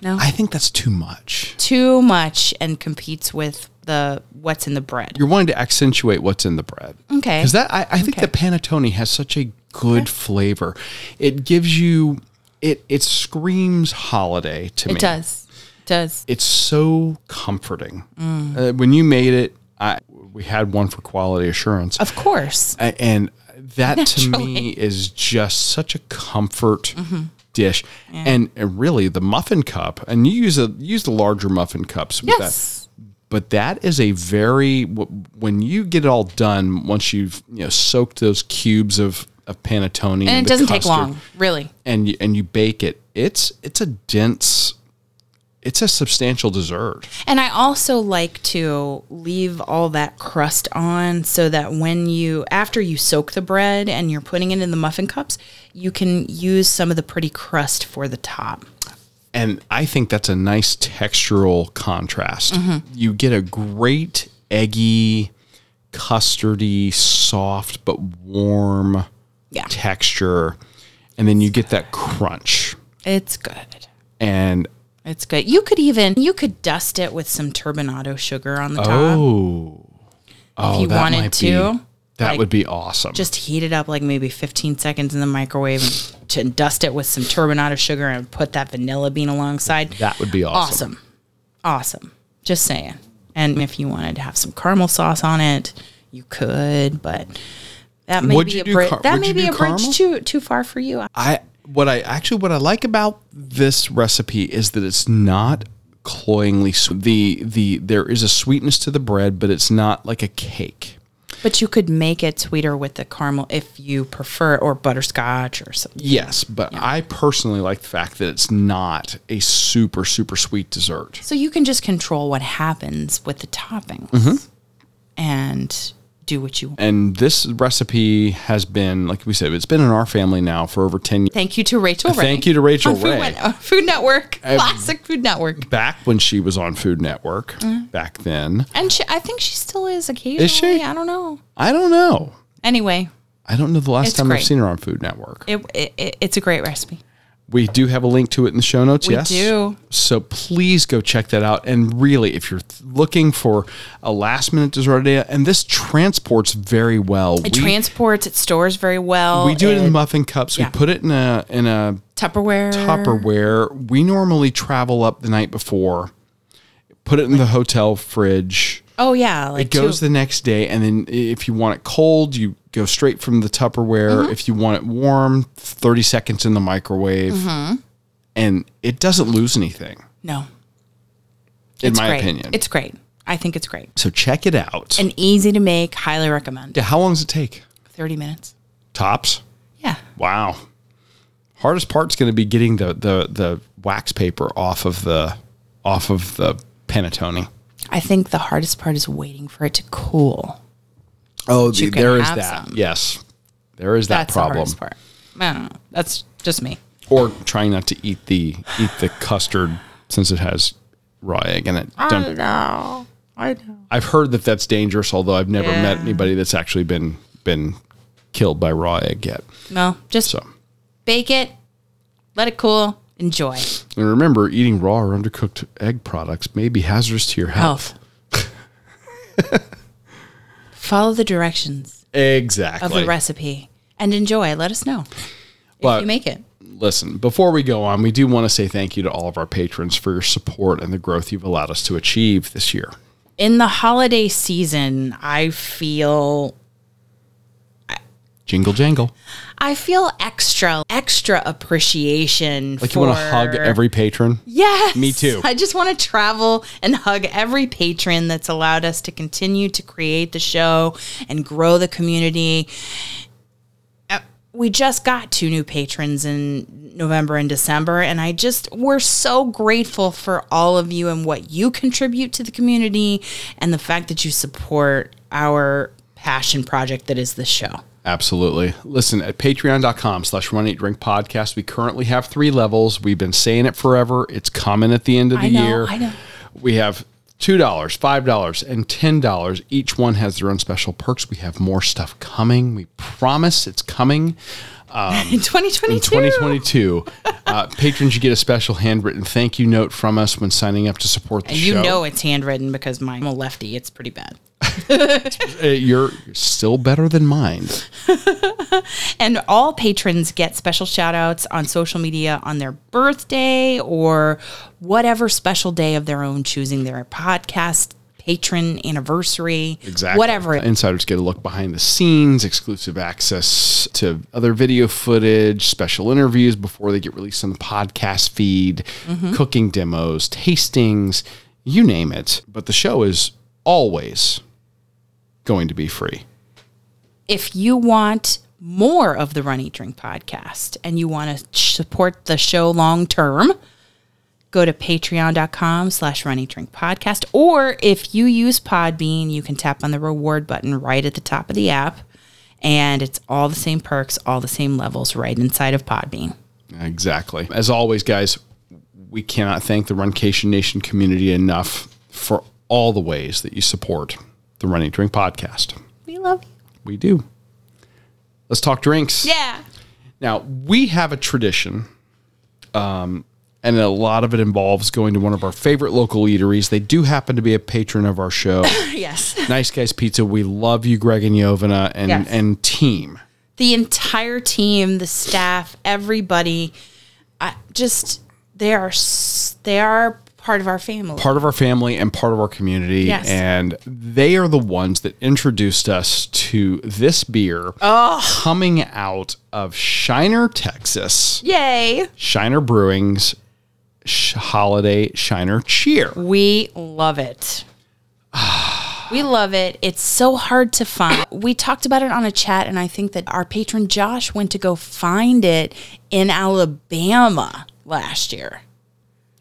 S3: No.
S4: I think that's too much.
S3: too much and competes with the what's in the bread.
S4: You're wanting to accentuate what's in the bread.
S3: Okay.
S4: Because that I, I think
S3: Okay.
S4: the panettone has such a good flavor. It gives you it it screams holiday to me.
S3: It does. Does.
S4: It's so comforting.
S3: Mm.
S4: Uh, when you made it, I we had one for quality assurance,
S3: Of course.
S4: A- and that to me is just such a comfort.
S3: Mm-hmm.
S4: Dish and, and really the muffin cup, and you use a use the larger muffin cups. With that
S3: Yes.
S4: but that is a very w- when you get it all done once you've you know soaked those cubes of of panettone
S3: And
S4: the
S3: it doesn't take
S4: custard,
S3: long, really.
S4: and you, and you bake it it's it's a dense it's a substantial dessert
S3: And I also like to leave all that crust on so that when you after you soak the bread and you're putting it in the muffin cups, you can use some of the pretty crust for the top.
S4: and i think that's a nice textural contrast
S3: Mm-hmm.
S4: you get a great eggy custardy soft but warm
S3: Yeah.
S4: texture and then you get that crunch
S3: It's good.
S4: and
S3: It's good. You could even you could dust it with some turbinado sugar on the top.
S4: Oh, oh,
S3: you wanted to,
S4: Be, that
S3: like,
S4: would be awesome.
S3: just heat it up like maybe 15 seconds in the microwave and t- and dust it with some turbinado sugar and put that vanilla bean alongside.
S4: that would be awesome.
S3: awesome. Awesome. Just saying. And if you wanted to have some caramel sauce on it, you could, but that may
S4: Would
S3: be
S4: you
S3: a
S4: do
S3: bridge
S4: car-
S3: that
S4: would
S3: may
S4: you
S3: be
S4: do
S3: a bridge
S4: caramel?
S3: too too far for you.
S4: I what I actually what I like about this recipe is that it's not cloyingly sweet. The the there is a sweetness to the bread, but it's not like a cake.
S3: But you could make it sweeter with the caramel if you prefer, or butterscotch or something.
S4: Yes, but I personally like the fact that it's not a super super sweet dessert.
S3: So you can just control what happens with the toppings
S4: Mm-hmm.
S3: and do what you want.
S4: And this recipe has been, like we said, it's been in our family now for over ten years.
S3: Thank you to Rachel Ray.
S4: Thank you to Rachel
S3: on Food,
S4: Ray.
S3: Wen- on Food Network, classic Food Network.
S4: Back when she was on Food Network,
S3: Mm-hmm.
S4: back then,
S3: And she, I think she still is occasionally.
S4: she?
S3: I don't know.
S4: I don't know.
S3: Anyway,
S4: I don't know the last
S3: It's
S4: time I've
S3: great.
S4: seen her on Food Network.
S3: it, it, it, it's a great recipe.
S4: We do have a link to it in the show notes.
S3: We
S4: yes,
S3: do.
S4: So please go check that out. And really, if you're th- looking for a last minute dessert idea, and this transports very well.
S3: It
S4: we,
S3: transports, it stores very well.
S4: we do it in muffin cups.
S3: yeah.
S4: We put it in a in a
S3: Tupperware.
S4: Tupperware. We normally travel up the night before, put it in the hotel fridge.
S3: Oh, yeah. Like
S4: It goes
S3: two-
S4: the next day, and then i- if you want it cold, you go straight from the Tupperware.
S3: Mm-hmm.
S4: If you want it warm, thirty seconds in the microwave,
S3: Mm-hmm.
S4: and it doesn't lose anything,
S3: no.
S4: in
S3: it's
S4: my
S3: great.
S4: opinion.
S3: It's great. I think it's great.
S4: so check it out.
S3: And easy to make, highly recommend.
S4: yeah, how long does it take?
S3: 30 minutes.
S4: Tops.
S3: Yeah.
S4: Wow. Hardest part's going to be getting the, the the wax paper off of the off of the panettone.
S3: I think the hardest part is waiting for it to cool.
S4: Oh,
S3: you can
S4: there is
S3: have
S4: that.
S3: some.
S4: Yes, there is that
S3: That's the
S4: problem.
S3: hardest part. I don't know. That's just me.
S4: Or trying not to eat the eat the custard since it has raw egg in it. Don't-
S3: know. I know.
S4: I've heard that that's dangerous, although I've never met
S3: Yeah.
S4: anybody that's actually been been killed by raw egg yet.
S3: No, just
S4: So,
S3: bake it, let it cool, enjoy.
S4: and remember, eating raw or undercooked egg products may be hazardous to your health.
S3: Health. Follow the directions
S4: Exactly.
S3: of the recipe and enjoy. Let us know
S4: But-
S3: if you make it.
S4: Listen, before we go on, we do want to say thank you to all of our patrons for your support and the growth you've allowed us to achieve this year.
S3: In the holiday season, I feel
S4: Jingle jangle.
S3: I feel extra extra appreciation
S4: Like
S3: for
S4: you want to hug every patron?
S3: Yes.
S4: Me too.
S3: I just want to travel and hug every patron that's allowed us to continue to create the show and grow the community. Uh, We just got two new patrons in November and December, and I just, we're so grateful for all of you and what you contribute to the community and the fact that you support our passion project that is this show.
S4: Absolutely. Listen, at patreon.com slash run eat drink podcast, we currently have three levels. We've been saying it forever. It's coming at the end of the
S3: I know,
S4: year.
S3: I know.
S4: We have $2, $5, and $10. Each one has their own special perks. We have more stuff coming. We promise it's coming.
S3: In 2022.
S4: in 2022. uh, patrons, you get a special handwritten thank you note from us when signing up to support the
S3: And you
S4: show.
S3: know it's handwritten because my, I'm a lefty. It's pretty bad.
S4: Uh, you're still better than mine.
S3: And all patrons get special shout outs on social media on their birthday or whatever special day of their own choosing, their podcast patron anniversary, whatever. it-
S4: Insiders get a look behind the scenes, exclusive access to other video footage, special interviews before they get released on the podcast feed,
S3: Mm-hmm.
S4: cooking demos, tastings, you name it. But the show is always going to be free.
S3: If you want more of the Run Eat Drink podcast and you want to support the show long term, go to patreon.com slash run eat drink podcast or if you use podbean you can tap on the reward button right at the top of the app and it's all the same perks all the same levels right inside of podbean
S4: Exactly. As always, guys, we cannot thank the Runcation Nation community enough for all the ways that you support the Running Drink podcast.
S3: we love you
S4: We do. Let's talk drinks.
S3: yeah
S4: Now, we have a tradition, um, and a lot of it involves going to one of our favorite local eateries. They do happen to be a patron of our show.
S3: yes
S4: nice Guys Pizza. We love you, Greg and Yovana and,
S3: Yes.
S4: and team.
S3: the entire team the staff everybody I, just they are s- they are part of our family
S4: part of our family and part of our community.
S3: Yes.
S4: And they are the ones that introduced us to this beer
S3: Oh.
S4: coming out of Shiner, Texas,
S3: yay
S4: Shiner Brewing's sh- holiday shiner cheer.
S3: We love it. we love it. It's so hard to find. We talked about it on a chat, and I think that our patron Josh went to go find it in Alabama last year.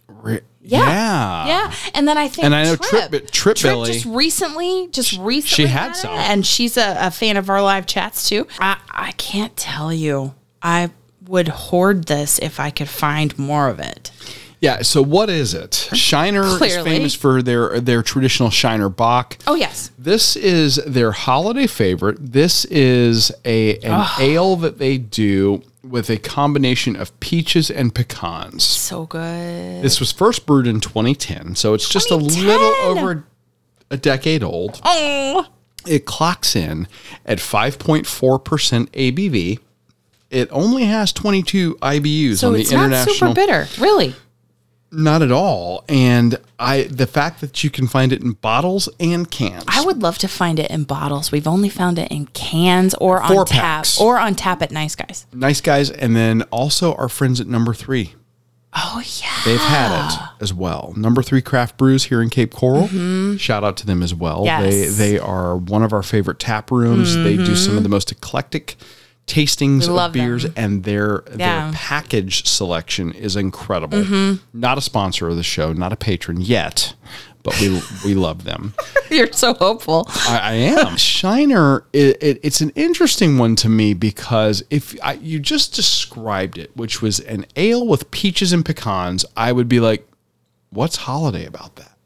S4: Re-
S3: Yeah. Yeah. And then I think
S4: Ah. And I know Trip- Trip Billy-
S3: just recently, just recently,
S4: had
S3: it,
S4: some.
S3: and she's a, a fan of our live chats too. I, I can't tell you. I would hoard this if I could find more of it.
S4: Yeah. So what is it? Shiner is
S3: Clearly.
S4: famous for their their traditional Shiner Bach.
S3: Oh yes,
S4: This is their holiday favorite. This is a an ale that they do with a combination of peaches and pecans.
S3: so good.
S4: This was first brewed in 2010, so it's just a little
S3: 2010.
S4: over a decade old.
S3: Oh.
S4: It clocks in at 5.4% ABV. It only has 22 IBUs
S3: So
S4: on the
S3: it's not
S4: international.
S3: super bitter, really.
S4: Not at all. And I the fact that you can find it in bottles and cans.
S3: I would love to find it in bottles. We've only found it in cans or on
S4: Four
S3: tap
S4: packs.
S3: or on tap at Nice Guys.
S4: nice guys and then also our friends at number 3.
S3: Oh yeah.
S4: They've had it as well. Number 3 Craft Brews here in Cape Coral. Shout out to them as
S3: Mm-hmm.
S4: well.
S3: Yes. Mm-hmm.
S4: They they are one of our favorite tap rooms. They do some of the most eclectic tastings of
S3: love
S4: beers
S3: them.
S4: and their
S3: Yeah. Mm-hmm.
S4: their package selection is incredible. Not a sponsor of the show, not a patron yet, but we we love them.
S3: You're so hopeful.
S4: I, I am. Shiner, it, it, it's an interesting one to me because if I, you just described it, which was an ale with peaches and pecans, I would be like, what's holiday about that?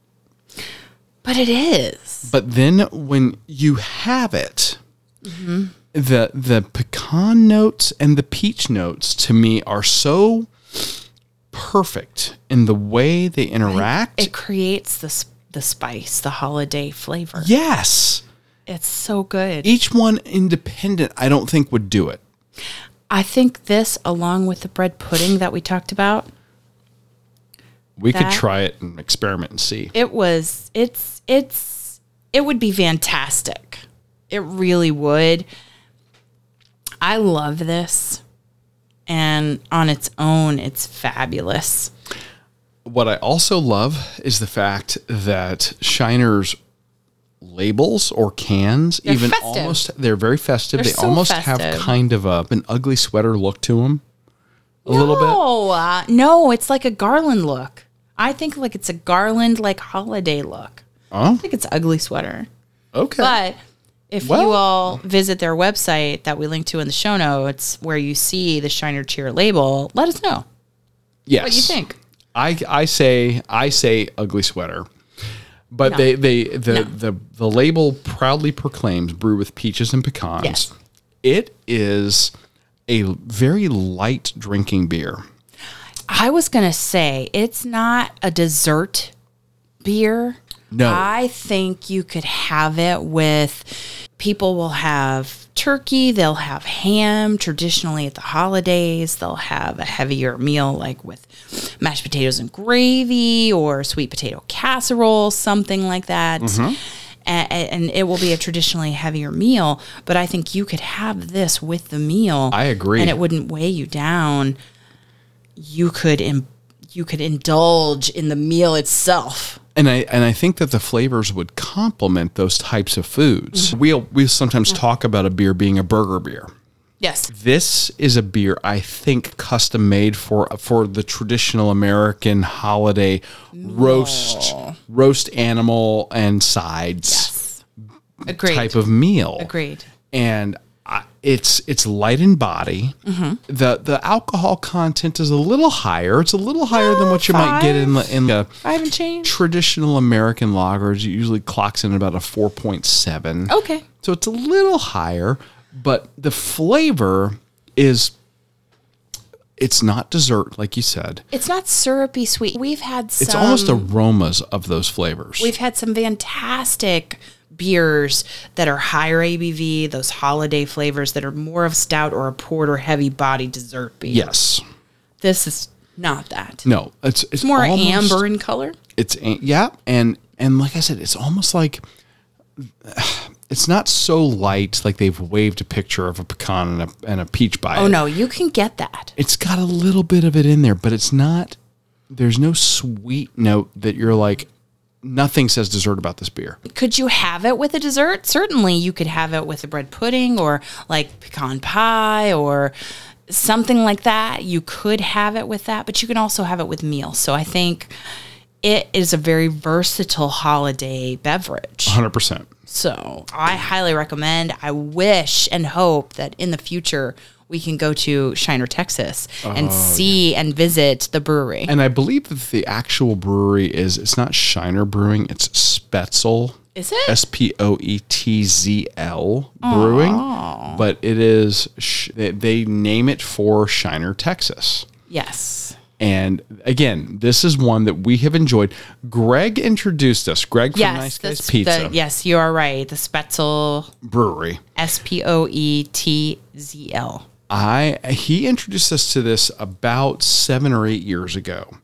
S3: But it is.
S4: But then when you have it, Mm-hmm. the the pecan notes and the peach notes to me are so perfect in the way they interact.
S3: It creates the s- the spice, the holiday flavor.
S4: yes.
S3: It's so good.
S4: Each one independent, I don't think would do it.
S3: I think this along with the bread pudding that we talked about,
S4: We could
S3: That-
S4: try it and experiment and see.
S3: it was it's it's it would be fantastic. It really would. I love this. And on its own, it's fabulous.
S4: What I also love is the fact that Shiner's labels or cans,
S3: They're
S4: even
S3: festive.
S4: almost, they're very festive.
S3: They're
S4: they
S3: so
S4: almost have
S3: festive.
S4: kind of a, an ugly sweater look to them a little bit.
S3: No, uh, no, it's like a garland look. I think like it's a garland like holiday look.
S4: Oh,
S3: I think it's ugly sweater.
S4: okay.
S3: But if you
S4: Well-
S3: all visit their website that we link to in the show notes, where you see the Shiner Cheer label, let us know
S4: yes.
S3: what you think.
S4: I, I say I say ugly sweater. But they, they the, the the label proudly proclaims brew with peaches and pecans.
S3: Yes.
S4: It is a very light drinking beer.
S3: I was gonna say it's not a dessert beer.
S4: No.
S3: I think you could have it with people will have turkey, they'll have ham traditionally at the holidays, they'll have a heavier meal like with mashed potatoes and gravy or sweet potato casserole, something like that. A- a- And it will be a traditionally heavier meal, but I think you could have this with the meal.
S4: I agree.
S3: and it wouldn't weigh you down. You could Im- you could indulge in the meal itself.
S4: And I and I think that the flavors would complement those types of foods. We'll we sometimes talk about a beer being a burger beer.
S3: Yes,
S4: This is a beer I think custom made for for the traditional American holiday roast roast animal and sides
S3: agreed.
S4: type of meal.
S3: Agreed.
S4: And I, it's it's light in body. The the alcohol content is a little higher. It's a little higher than what you might get in the in the
S3: I haven't changed.
S4: traditional American lagers it usually clocks in about a 4.7.
S3: Okay.
S4: So it's a little higher, but the flavor is it's not dessert like you said.
S3: It's not syrupy sweet. We've had some.
S4: It's almost aromas of those flavors.
S3: um, We've had some fantastic beers that are higher ABV, those holiday flavors that are more of stout or a porter heavy body dessert beer.
S4: yes.
S3: This is not that.
S4: No, it's it's,
S3: More
S4: almost-
S3: amber in color.
S4: It's a- yeah, and and like I said, it's almost like it's not so light like they've waved a picture of a pecan and a, and a peach by it.
S3: Oh no, you can get that.
S4: it's got a little bit of it in there, but it's not there's no sweet note that you're like, nothing says dessert about this beer.
S3: Could you have it with a dessert? Certainly, you could have it with a bread pudding or like pecan pie or something like that. You could have it with that, but you can also have it with meals. So I think it is a very versatile holiday beverage.
S4: Uh-huh. 100%.
S3: So I highly recommend. I wish and hope that in the future we can go to Shiner, Texas and see and visit the brewery.
S4: Oh, And I believe that the actual brewery is, it's not Shiner Brewing, it's Spetzel.
S3: Is it?
S4: S P O E T Z L Brewing.
S3: Oh.
S4: But it is, sh- they, they name it for Shiner, Texas.
S3: yes.
S4: And again, this is one that we have enjoyed. Greg introduced us. Greg from
S3: Yes.
S4: Nice
S3: the
S4: Guys
S3: sp-
S4: Pizza
S3: the- yes, you are right. The Spetzel
S4: Brewery.
S3: S P O E T Z L.
S4: I he introduced us to this about seven or eight years ago.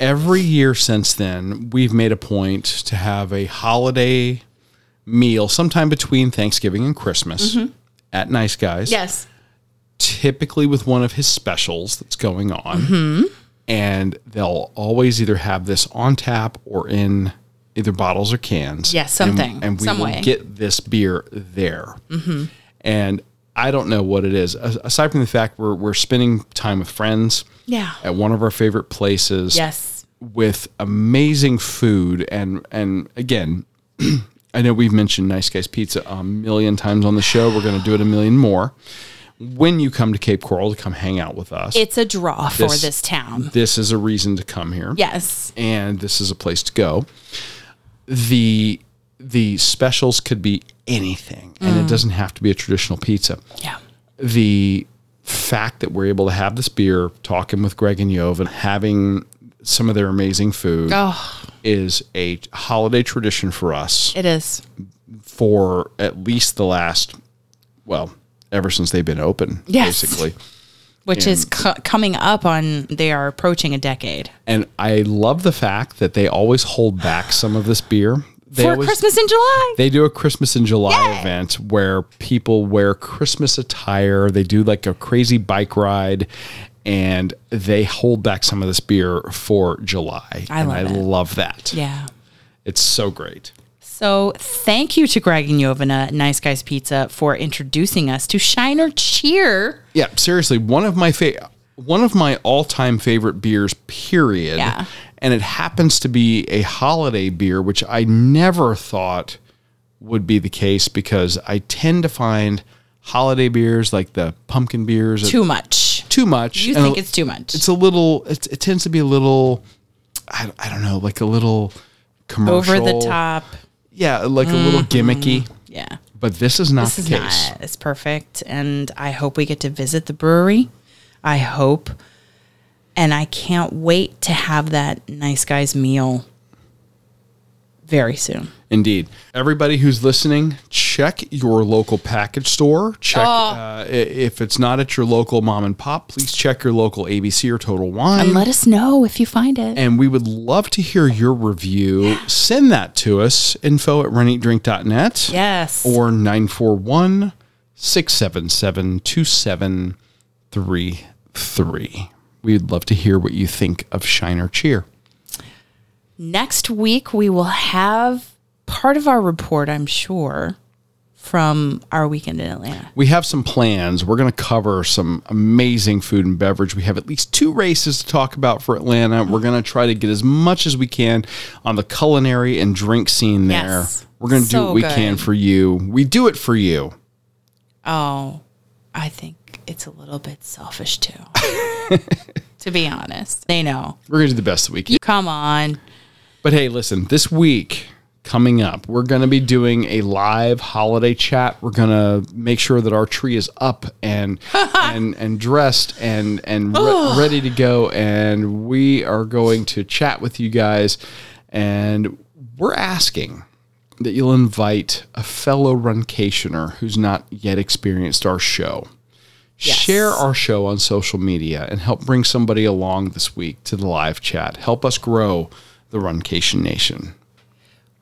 S4: Every year since then, we've made a point to have a holiday meal sometime between Thanksgiving and Christmas at Nice Guys.
S3: Yes.
S4: typically with one of his specials that's going on.
S3: Mm-hmm.
S4: And they'll always either have this on tap or in either bottles or cans.
S3: Yeah,
S4: And-
S3: something,
S4: And, we
S3: some
S4: will
S3: way. Mm-hmm.
S4: get this beer there. And I don't know what it is. A- Aside from the fact we're, we're spending time with friends
S3: Yeah.
S4: at one of our favorite places
S3: Yes.
S4: with amazing food. And, and again, I know we've mentioned Nice Guys Pizza a million times on the show. We're going to do it a million more. When you come to Cape Coral to come hang out with us,
S3: It's a draw for
S4: This-
S3: this, town.
S4: this is a reason to come here.
S3: Yes.
S4: And this is a place to go. The the specials could be anything, and it doesn't have to be a traditional pizza.
S3: Yeah.
S4: The fact that we're able to have this beer, talking with Greg and Yov, and having some of their amazing food
S3: Oh,
S4: is a holiday tradition for us
S3: it is.
S4: for at least the last, well, ever since they've been open,
S3: Yes.
S4: basically.
S3: Which is cu- coming up on, they are approaching a decade.
S4: And I love the fact that they always hold back some of this beer. They
S3: for
S4: always,
S3: Christmas in July.
S4: They do a Christmas in July event where people wear Christmas attire. They do like a crazy bike ride and they hold back some of this beer for July.
S3: I
S4: and
S3: love
S4: I
S3: it.
S4: love that.
S3: yeah.
S4: It's so great.
S3: So thank you to Greg and Jovina, at Nice Guys Pizza, for introducing us to Shiner Cheer.
S4: Yeah, seriously, one of my fa- one of my all-time favorite beers, period.
S3: Yeah.
S4: And it happens to be a holiday beer, which I never thought would be the case because I tend to find holiday beers like the pumpkin beers are
S3: Too much.
S4: too much.
S3: You
S4: and
S3: think
S4: a-
S3: it's too much.
S4: It's a little. It, it tends to be a little. I, I don't know, like a little commercial
S3: Over the top.
S4: Yeah, like a little gimmicky.
S3: Yeah.
S4: But this is not
S3: This
S4: the
S3: is
S4: case.
S3: not. It's perfect. And I hope we get to visit the brewery. I hope. And I can't wait to have that nice guy's meal very soon.
S4: Indeed. Everybody who's listening, check your local package store. Check
S3: Oh.
S4: uh, i- if it's not at your local mom and pop, please check your local ABC or Total Wine.
S3: And let us know if you find it.
S4: and we would love to hear your review. Send that to us, info at runeatdrink.net.
S3: Yes.
S4: Or 941 677 2733. We'd love to hear what you think of Shine or Cheer.
S3: Next week, we will have part of our report, I'm sure, from our weekend in Atlanta.
S4: We have some plans. We're going to cover some amazing food and beverage. We have at least two races to talk about for Atlanta. We're going to try to get as much as we can on the culinary and drink scene there.
S3: Yes.
S4: We're going to do
S3: So
S4: what we
S3: good.
S4: can for you. We do it for you.
S3: Oh, I think it's a little bit selfish, too. to be honest, they know.
S4: We're going to do the best that we can.
S3: Come on.
S4: But hey, listen, this week coming up, we're going to be doing a live holiday chat. We're going to make sure that our tree is up and and and dressed and and re- ready to go and we are going to chat with you guys and we're asking that you'll invite a fellow runcationer who's not yet experienced our show. Share our show on social media and help bring somebody along this week to the live chat. Help us grow the Runcation Nation.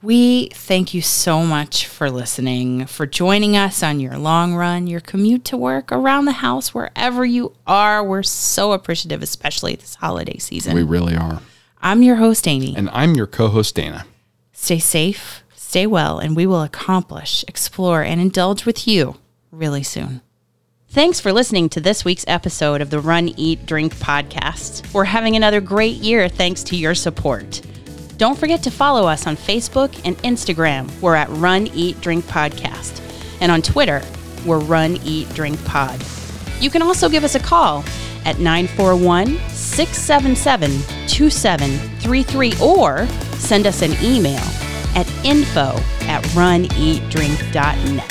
S5: We thank you so much for listening, for joining us on your long run, your commute to work, around the house, wherever you are. We're so appreciative, especially this holiday season.
S4: We really are.
S5: I'm your host, Amy.
S4: And I'm your co host, Dana.
S5: Stay safe, stay well, and we will accomplish, explore, and indulge with you really soon.
S3: Thanks for listening to this week's episode of the Run, Eat, Drink podcast. We're having another great year thanks to your support. Don't forget to follow us on Facebook and Instagram. We're at Run, Eat, Drink Podcast. And on Twitter, we're Run, Eat, Drink Pod. You can also give us a call at 941 677 2733 or send us an email at info at runeatdrink.net